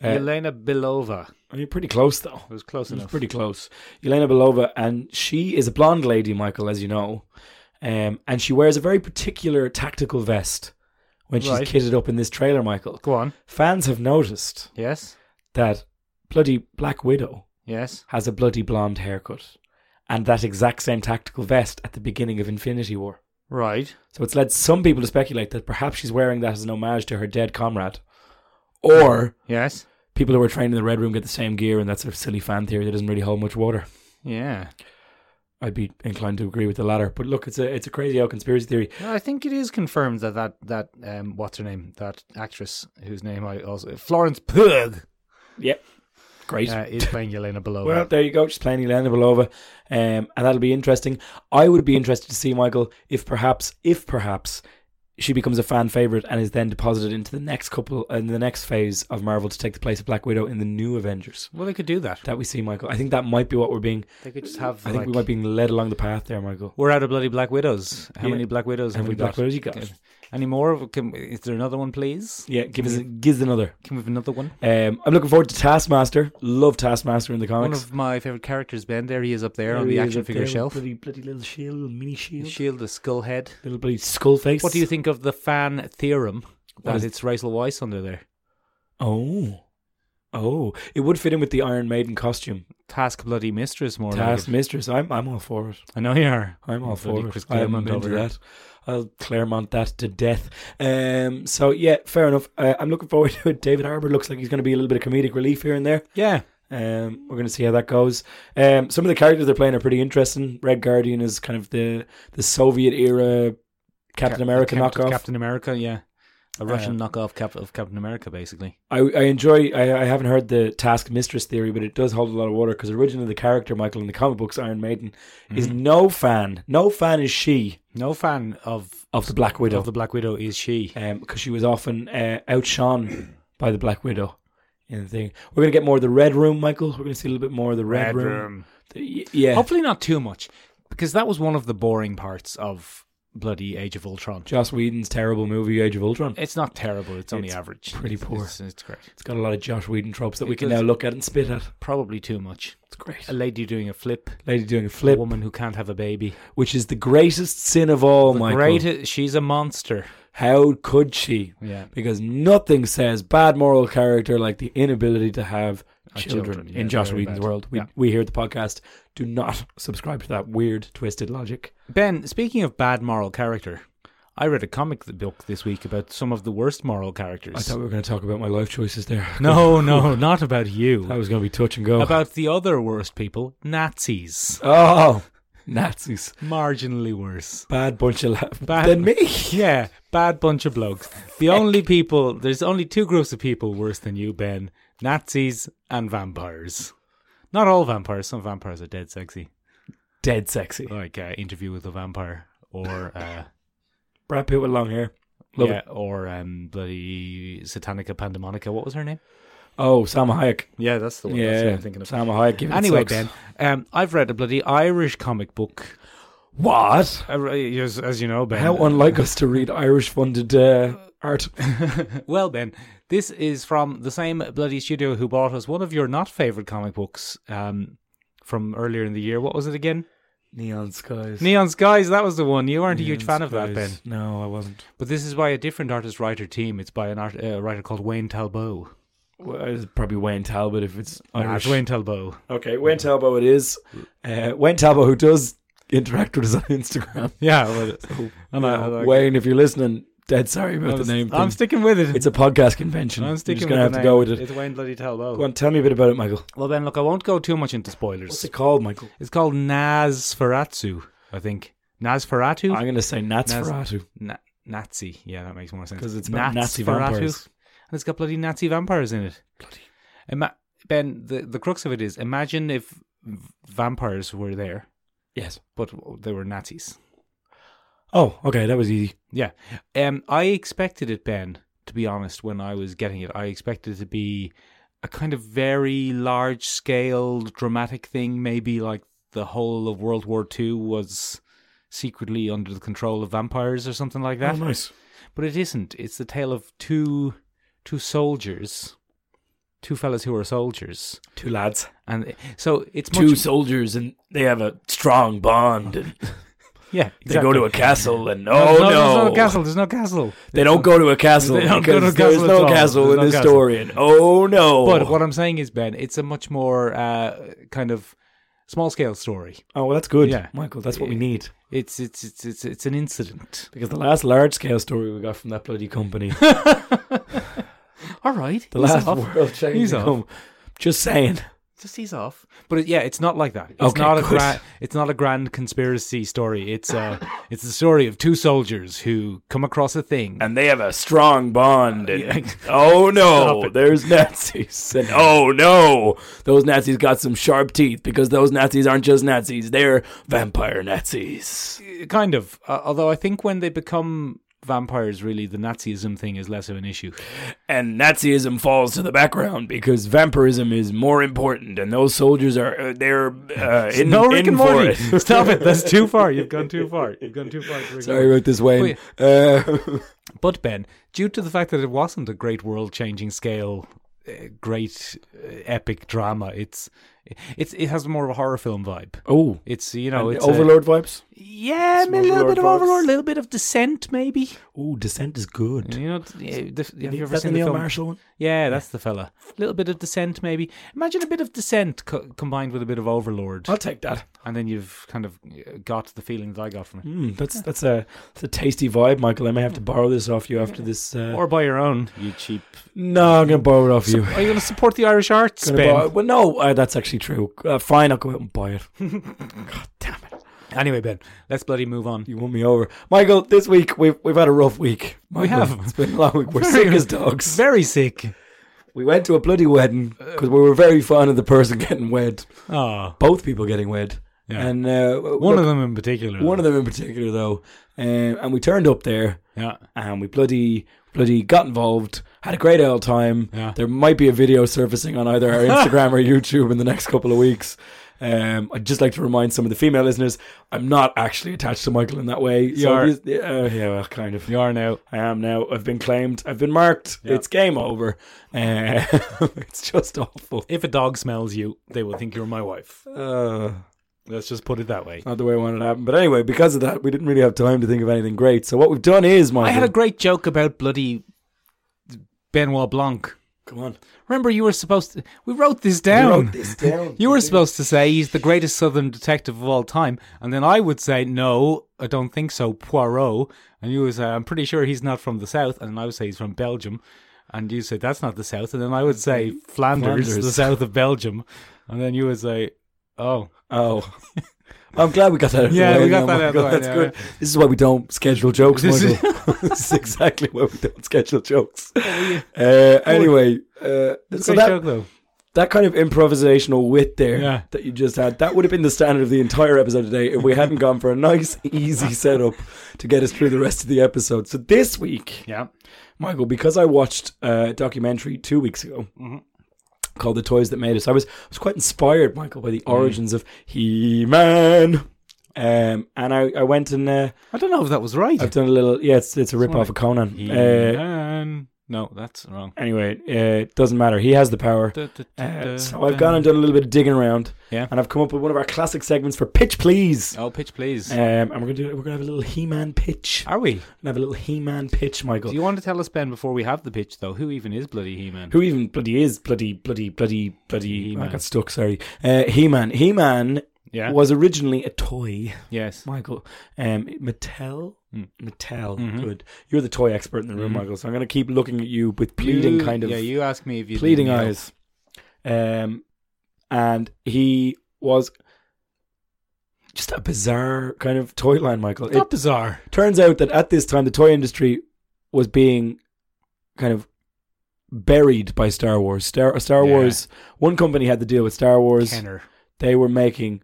Speaker 3: uh,
Speaker 2: Elena Belova.
Speaker 3: I mean, pretty close though.
Speaker 2: It was close
Speaker 3: It was
Speaker 2: enough.
Speaker 3: pretty close. Yelena Belova, and she is a blonde lady, Michael, as you know, um, and she wears a very particular tactical vest when she's
Speaker 2: Right.
Speaker 3: kitted up in this trailer, Michael.
Speaker 2: Go on.
Speaker 3: Fans have noticed
Speaker 2: Yes.
Speaker 3: that bloody Black Widow
Speaker 2: Yes.
Speaker 3: has a bloody blonde haircut and that exact same tactical vest at the beginning of Infinity War.
Speaker 2: Right.
Speaker 3: So it's led some people to speculate that perhaps she's wearing that as an homage to her dead comrade, or
Speaker 2: Yes.
Speaker 3: people who were trained in the Red Room get the same gear, and that's a silly fan theory that doesn't really hold much water.
Speaker 2: Yeah.
Speaker 3: I'd be inclined to agree with the latter. But look, it's a it's a crazy old conspiracy theory.
Speaker 2: No, I think it is confirmed that that that um, what's her name that actress whose name I also Florence Pugh
Speaker 3: Yep. Great.
Speaker 2: uh, is playing Yelena Belova.
Speaker 3: well, there you go. She's playing Elena Belova, um, and that'll be interesting. I would be interested to see Michael if perhaps, if perhaps, she becomes a fan favorite and is then deposited into the next couple and the next phase of Marvel to take the place of Black Widow in the new Avengers
Speaker 2: Well, they could do that.
Speaker 3: that we see, Michael. I think that might be what we're being.
Speaker 2: They could just have.
Speaker 3: I think
Speaker 2: like-
Speaker 3: we might be being led along the path there, Michael.
Speaker 2: We're out of bloody Black Widows. How
Speaker 3: Yeah.
Speaker 2: many Black Widows
Speaker 3: How
Speaker 2: have
Speaker 3: many
Speaker 2: we got?
Speaker 3: Black Widows you got?
Speaker 2: Okay. Any more? Can, is there another one, please?
Speaker 3: Yeah, give us give us another.
Speaker 2: Can we have another one?
Speaker 3: Um, I'm looking forward to Taskmaster. Love Taskmaster in the
Speaker 2: One
Speaker 3: comics.
Speaker 2: of my favorite characters, Ben. There he is up there on the action figure shelf.
Speaker 3: Bloody, bloody little shield, little mini shield,
Speaker 2: Shield, the skull head.
Speaker 3: little bloody skull face.
Speaker 2: What do you think of the fan theorem
Speaker 3: What
Speaker 2: that
Speaker 3: is-
Speaker 2: it's Rachel Weisz under there?
Speaker 3: Oh, oh, it would fit in with the Iron Maiden costume.
Speaker 2: Task bloody mistress, more
Speaker 3: Task
Speaker 2: like.
Speaker 3: Mistress. I'm I'm all for it.
Speaker 2: it. I know you are.
Speaker 3: I'm all
Speaker 2: Bloody
Speaker 3: for it.
Speaker 2: Chris
Speaker 3: I'm
Speaker 2: Claremont
Speaker 3: into
Speaker 2: over here.
Speaker 3: that. I'll Claremont that to death. Um, so yeah, fair enough. Uh, I'm looking forward (laughs) to it. David Harbour looks like he's going to be a little bit of comedic relief here and there.
Speaker 2: Yeah.
Speaker 3: Um, we're going to see how that goes. Um, some of the characters they're playing are pretty interesting. Red Guardian is kind of the the Soviet era Captain
Speaker 2: Cap-
Speaker 3: America
Speaker 2: Cap-
Speaker 3: knockoff. Uh,
Speaker 2: Captain America, yeah. A Russian knockoff cap- of Captain America, basically.
Speaker 3: I, I enjoy. I, I haven't heard the Task Mistress theory, but it does hold a lot of water because originally the character Michael in the comic books Iron Maiden is
Speaker 2: Mm-hmm.
Speaker 3: no fan. No fan is she
Speaker 2: No fan of
Speaker 3: of the Black Widow
Speaker 2: of the Black Widow is she.
Speaker 3: because she was often uh,
Speaker 2: (clears throat)
Speaker 3: outshone by the Black Widow. In the thing, we're going to get more of the Red Room, Michael. We're going to see a little bit more of the Red, Room. The- y- yeah,
Speaker 2: Hopefully not too much, because that was one of the boring parts of bloody Age of Ultron.
Speaker 3: Joss Whedon's terrible movie Age of Ultron.
Speaker 2: It's not terrible. It's only
Speaker 3: It's
Speaker 2: average.
Speaker 3: pretty
Speaker 2: It's-
Speaker 3: poor.
Speaker 2: It's, it's great.
Speaker 3: It's got a lot of Josh Whedon tropes that we
Speaker 2: It
Speaker 3: can
Speaker 2: does.
Speaker 3: now look at and spit at.
Speaker 2: Probably too much.
Speaker 3: It's great.
Speaker 2: A lady doing a flip.
Speaker 3: lady doing a
Speaker 2: A
Speaker 3: flip,
Speaker 2: woman who can't have a baby.
Speaker 3: which is the greatest sin of all, Michael.
Speaker 2: Great. She's a monster.
Speaker 3: How could she?
Speaker 2: Yeah.
Speaker 3: Because nothing says bad moral character like the inability to have children,
Speaker 2: children, yeah,
Speaker 3: in Josh
Speaker 2: very
Speaker 3: Whedon's
Speaker 2: bad.
Speaker 3: world. We,
Speaker 2: Yeah.
Speaker 3: we here at the podcast do not subscribe to that weird, twisted logic.
Speaker 2: Ben, speaking of bad moral character, I read a comic book this week about some of the worst moral characters.
Speaker 3: I thought we were going to talk about my life choices (laughs) there.
Speaker 2: no, no, not about (laughs)
Speaker 3: That
Speaker 2: you.
Speaker 3: was going to be touch and go.
Speaker 2: About the other worst people, Nazis.
Speaker 3: oh, Nazis.
Speaker 2: Marginally worse.
Speaker 3: Bad bunch of la-
Speaker 2: Bad-
Speaker 3: than me. (laughs)
Speaker 2: Yeah, bad bunch of blokes. The (laughs) only people, there's only two groups of people worse than you, Ben Nazis and vampires. Not all vampires, some vampires are dead sexy.
Speaker 3: Dead sexy.
Speaker 2: Like uh, Interview with a Vampire or. Uh,
Speaker 3: Brad Pitt with long hair. Love
Speaker 2: yeah,
Speaker 3: it.
Speaker 2: or um, bloody Satanica Pandemonica. What was her name?
Speaker 3: Oh, Sam Hayek.
Speaker 2: Yeah, that's the
Speaker 3: yeah, Sam Hayek. Give it
Speaker 2: Anyway,
Speaker 3: socks.
Speaker 2: Ben, um, I've read a bloody Irish comic book.
Speaker 3: What?
Speaker 2: I re- As, as you know, Ben.
Speaker 3: How unlike us to read Irish funded uh, art.
Speaker 2: (laughs) Well, Ben, this is from the same bloody studio who bought us one of your not favorite comic books um, from earlier in the year. What was it again?
Speaker 3: Neon skies.
Speaker 2: Neon Skies. That was the one. You weren't a huge fan of that, Ben.
Speaker 3: No, I wasn't.
Speaker 2: But this is by a different artist writer team. It's by an art, uh, writer called Wayne Talbot.
Speaker 3: Well, it's probably Wayne Talbot if it's
Speaker 2: Ah,
Speaker 3: Irish.
Speaker 2: it's Wayne Talbot.
Speaker 3: Okay, Wayne Talbot it is. Uh, Wayne Talbot who does interact with us on
Speaker 2: (laughs)
Speaker 3: Instagram.
Speaker 2: Yeah. Well, and I-
Speaker 3: Uh,
Speaker 2: I like-
Speaker 3: Wayne, if you're listening, dead sorry about
Speaker 2: I'm,
Speaker 3: the name.
Speaker 2: I'm
Speaker 3: thing.
Speaker 2: sticking with it.
Speaker 3: it's a podcast convention.
Speaker 2: I'm sticking with
Speaker 3: You're just gonna
Speaker 2: the
Speaker 3: have to
Speaker 2: name.
Speaker 3: go with it.
Speaker 2: It's Wayne bloody Talbot.
Speaker 3: Go on, tell me a bit about it, Michael.
Speaker 2: Well, Ben, look, I won't go too much into
Speaker 3: What's
Speaker 2: spoilers.
Speaker 3: it called, Michael?
Speaker 2: It's called Nasferatu, I think. Nasferatu?
Speaker 3: I'm going to say Natsferatu.
Speaker 2: Na- Nazi. Yeah, that makes more sense.
Speaker 3: 'Cause it's about Nazi
Speaker 2: Natsferatu.
Speaker 3: vampires.
Speaker 2: And it's got bloody Nazi vampires in it. Bloody. Ima- ben, the, the crux of it is imagine if v- vampires were there,
Speaker 3: Yes.
Speaker 2: but they were Nazis.
Speaker 3: Oh, okay, that was easy.
Speaker 2: Yeah. Um, I expected it, Ben, to be honest, when I was getting it. I expected it to be a kind of very large scale dramatic thing, maybe like the whole of World War II was secretly under the control of vampires or something like that.
Speaker 3: Oh, nice.
Speaker 2: But it isn't. It's the tale of two two soldiers. Two fellas who are soldiers.
Speaker 3: Two lads.
Speaker 2: And so it's much,
Speaker 3: two soldiers and they have a strong bond and
Speaker 2: yeah,
Speaker 3: they go to a castle and oh
Speaker 2: no,
Speaker 3: no,
Speaker 2: there's no castle, there's no castle.
Speaker 3: they don't go to a castle
Speaker 2: They don't go to a
Speaker 3: because there's
Speaker 2: castle at
Speaker 3: no
Speaker 2: all.
Speaker 3: castle
Speaker 2: There's
Speaker 3: in
Speaker 2: no
Speaker 3: this
Speaker 2: castle.
Speaker 3: story and oh no
Speaker 2: But what I'm saying is, Ben, it's a much more uh, kind of small scale story.
Speaker 3: oh well that's good
Speaker 2: Yeah.
Speaker 3: michael that's what we need
Speaker 2: It's it's it's it's, it's an incident.
Speaker 3: because the last large scale story we got from that bloody company
Speaker 2: (laughs) All right,
Speaker 3: the
Speaker 2: he's
Speaker 3: last
Speaker 2: off.
Speaker 3: world changing
Speaker 2: He's off.
Speaker 3: com- just saying
Speaker 2: just he's off. But it, yeah, it's not like that. It's
Speaker 3: Okay,
Speaker 2: not a
Speaker 3: good.
Speaker 2: grand. It's not a grand conspiracy story. It's uh it's the story of two soldiers who come across a thing.
Speaker 3: and they have a strong bond and
Speaker 2: Yeah.
Speaker 3: (laughs) oh
Speaker 2: Stop
Speaker 3: no
Speaker 2: it.
Speaker 3: there's nazis (laughs) and oh no those nazis got some sharp teeth because those nazis aren't just nazis they're vampire nazis
Speaker 2: uh, kind of. Uh, although I think when they become vampires really the Nazism thing is less of an issue.
Speaker 3: and Nazism falls to the background because vampirism is more important, and those soldiers are uh, they're (laughs) uh, in,
Speaker 2: no, Rick
Speaker 3: in
Speaker 2: and
Speaker 3: for
Speaker 2: Morty.
Speaker 3: it.
Speaker 2: Stop it. That's too far. You've gone too (laughs) far. You've gone too far. to Rick and
Speaker 3: (laughs) Sorry about this, Wayne. Uh, (laughs)
Speaker 2: But Ben, due to the fact that it wasn't a great world-changing scale, uh, great uh, epic drama, it's it's it has more of a horror film vibe.
Speaker 3: oh,
Speaker 2: It's you know it's a-
Speaker 3: Overlord vibes.
Speaker 2: yeah, I mean, a little
Speaker 3: Overlord
Speaker 2: bit of
Speaker 3: vibes.
Speaker 2: overlord, a little bit of descent, maybe.
Speaker 3: Oh, Descent is good.
Speaker 2: You know, t- yeah, the- have you ever
Speaker 3: That's
Speaker 2: seen
Speaker 3: the
Speaker 2: the
Speaker 3: Neil
Speaker 2: film?
Speaker 3: Marshall one?
Speaker 2: Yeah, that's the fella. A little bit of descent, maybe. Imagine a bit of descent co- combined with a bit of overlord,
Speaker 3: I'll take that.
Speaker 2: and then you've kind of uh, got the feeling that I got from it,
Speaker 3: Mm, that's that's a that's a tasty vibe, Michael. I may have to borrow this off you after this. Uh,
Speaker 2: or by your own. You cheap.
Speaker 3: no, I'm gonna borrow it off you.
Speaker 2: Are you going to support the Irish arts,
Speaker 3: Gonna
Speaker 2: Ben?
Speaker 3: borrow- well, no, uh, that's actually true. Uh, fine, I'll go out and buy (laughs) it. God damn it!
Speaker 2: Anyway, Ben, let's bloody move on.
Speaker 3: You won me over, Michael. This week we've we've had a rough week. Michael,
Speaker 2: have.
Speaker 3: It's been a long week. We're sick as dogs.
Speaker 2: Very sick.
Speaker 3: We went to a bloody wedding because we were very fond of the person (laughs) getting wed.
Speaker 2: Oh,
Speaker 3: Both people getting wed,
Speaker 2: Yeah.
Speaker 3: and uh,
Speaker 2: one of them in particular.
Speaker 3: one of them in particular though. Um, and we turned up there.
Speaker 2: yeah.
Speaker 3: and we bloody bloody got involved had a great old time
Speaker 2: Yeah.
Speaker 3: there might be a video surfacing
Speaker 2: (laughs)
Speaker 3: on either our instagram or youtube in the next couple of weeks um, I'd just like to remind some of the female listeners I'm not actually attached to Michael in that way you
Speaker 2: are.
Speaker 3: uh, yeah well, kind of
Speaker 2: You are now.
Speaker 3: I am now I've been claimed I've been marked it's game over uh, (laughs) it's just awful
Speaker 2: If a dog smells you, they will think you're my wife.
Speaker 3: uh,
Speaker 2: Let's just put it that way.
Speaker 3: not the way I wanted it to happen but anyway because of that we didn't really have time to think of anything great so what we've done is Michael
Speaker 2: I had a great joke about bloody Benoit Blanc.
Speaker 3: come on
Speaker 2: Remember, you were supposed to. We wrote this
Speaker 3: I
Speaker 2: down.
Speaker 3: wrote this down
Speaker 2: (laughs) You were supposed to say he's the greatest southern detective of all time, and then I would say, No, I don't think so, Poirot. And you would say, I'm pretty sure he's not from the south, and I would say he's from Belgium. And you say, That's not the south. And then I would say,
Speaker 3: (laughs)
Speaker 2: Flanders,
Speaker 3: Flanders.
Speaker 2: the south of Belgium. And then you would say, Oh.
Speaker 3: Oh. (laughs) I'm glad we got that out of
Speaker 2: Yeah,
Speaker 3: the way.
Speaker 2: we got
Speaker 3: now,
Speaker 2: that out of
Speaker 3: Michael.
Speaker 2: the way,
Speaker 3: That's
Speaker 2: yeah,
Speaker 3: good. This is why we don't schedule jokes,
Speaker 2: This is-
Speaker 3: Michael. (laughs) This is exactly why we don't
Speaker 2: (laughs)
Speaker 3: schedule jokes. Uh, anyway, uh, so
Speaker 2: great
Speaker 3: that,
Speaker 2: joke, though.
Speaker 3: that kind of improvisational wit there
Speaker 2: Yeah.
Speaker 3: that you just had, that would have been the standard of the entire episode today if
Speaker 2: (laughs)
Speaker 3: we hadn't gone for a nice, easy setup to get us through the rest of the episode. So this week,
Speaker 2: Yeah.
Speaker 3: Michael, because I watched a documentary two weeks ago
Speaker 2: Mm-hmm.
Speaker 3: called "The Toys That Made Us," I was I was quite inspired, Michael, by the
Speaker 2: Mm.
Speaker 3: origins of He-Man. Um, and I, I went and uh,
Speaker 2: I don't know if that was right.
Speaker 3: I've done a little yeah, it's it's a rip off of Conan. Uh,
Speaker 2: Ian. no, that's wrong.
Speaker 3: anyway, uh, it doesn't matter. He has the power.
Speaker 2: Da, da, da,
Speaker 3: Uh,
Speaker 2: da,
Speaker 3: so I've
Speaker 2: da.
Speaker 3: gone and done a little bit of digging around,
Speaker 2: Yeah.
Speaker 3: and I've come up with one of our classic segments for pitch, please.
Speaker 2: Oh, pitch, please.
Speaker 3: Um, and we're gonna do we're gonna have a little He-Man pitch.
Speaker 2: Are we?
Speaker 3: We're gonna have a little He-Man pitch, Michael.
Speaker 2: Do you want to tell us, Ben, before we have the pitch, though, who even is bloody He Man?
Speaker 3: who even bloody is bloody bloody bloody bloody
Speaker 2: He-Man.
Speaker 3: I got stuck sorry uh, He-Man He-Man
Speaker 2: Yeah.
Speaker 3: was originally a toy
Speaker 2: Yes.
Speaker 3: Michael um, Mattel
Speaker 2: Mm.
Speaker 3: Mattel good you're the toy expert in the room
Speaker 2: Mhm.
Speaker 3: Michael so I'm going to keep looking at you with pleading
Speaker 2: You-
Speaker 3: kind of
Speaker 2: Yeah, you ask me if you
Speaker 3: pleading
Speaker 2: know.
Speaker 3: eyes um, and he was just a bizarre kind of toy line Michael
Speaker 2: Not bizarre.
Speaker 3: turns out that at this time the toy industry was being kind of buried by Star Wars. Star Star
Speaker 2: Yeah.
Speaker 3: Wars. One company had to deal with Star Wars.
Speaker 2: Kenner.
Speaker 3: They were making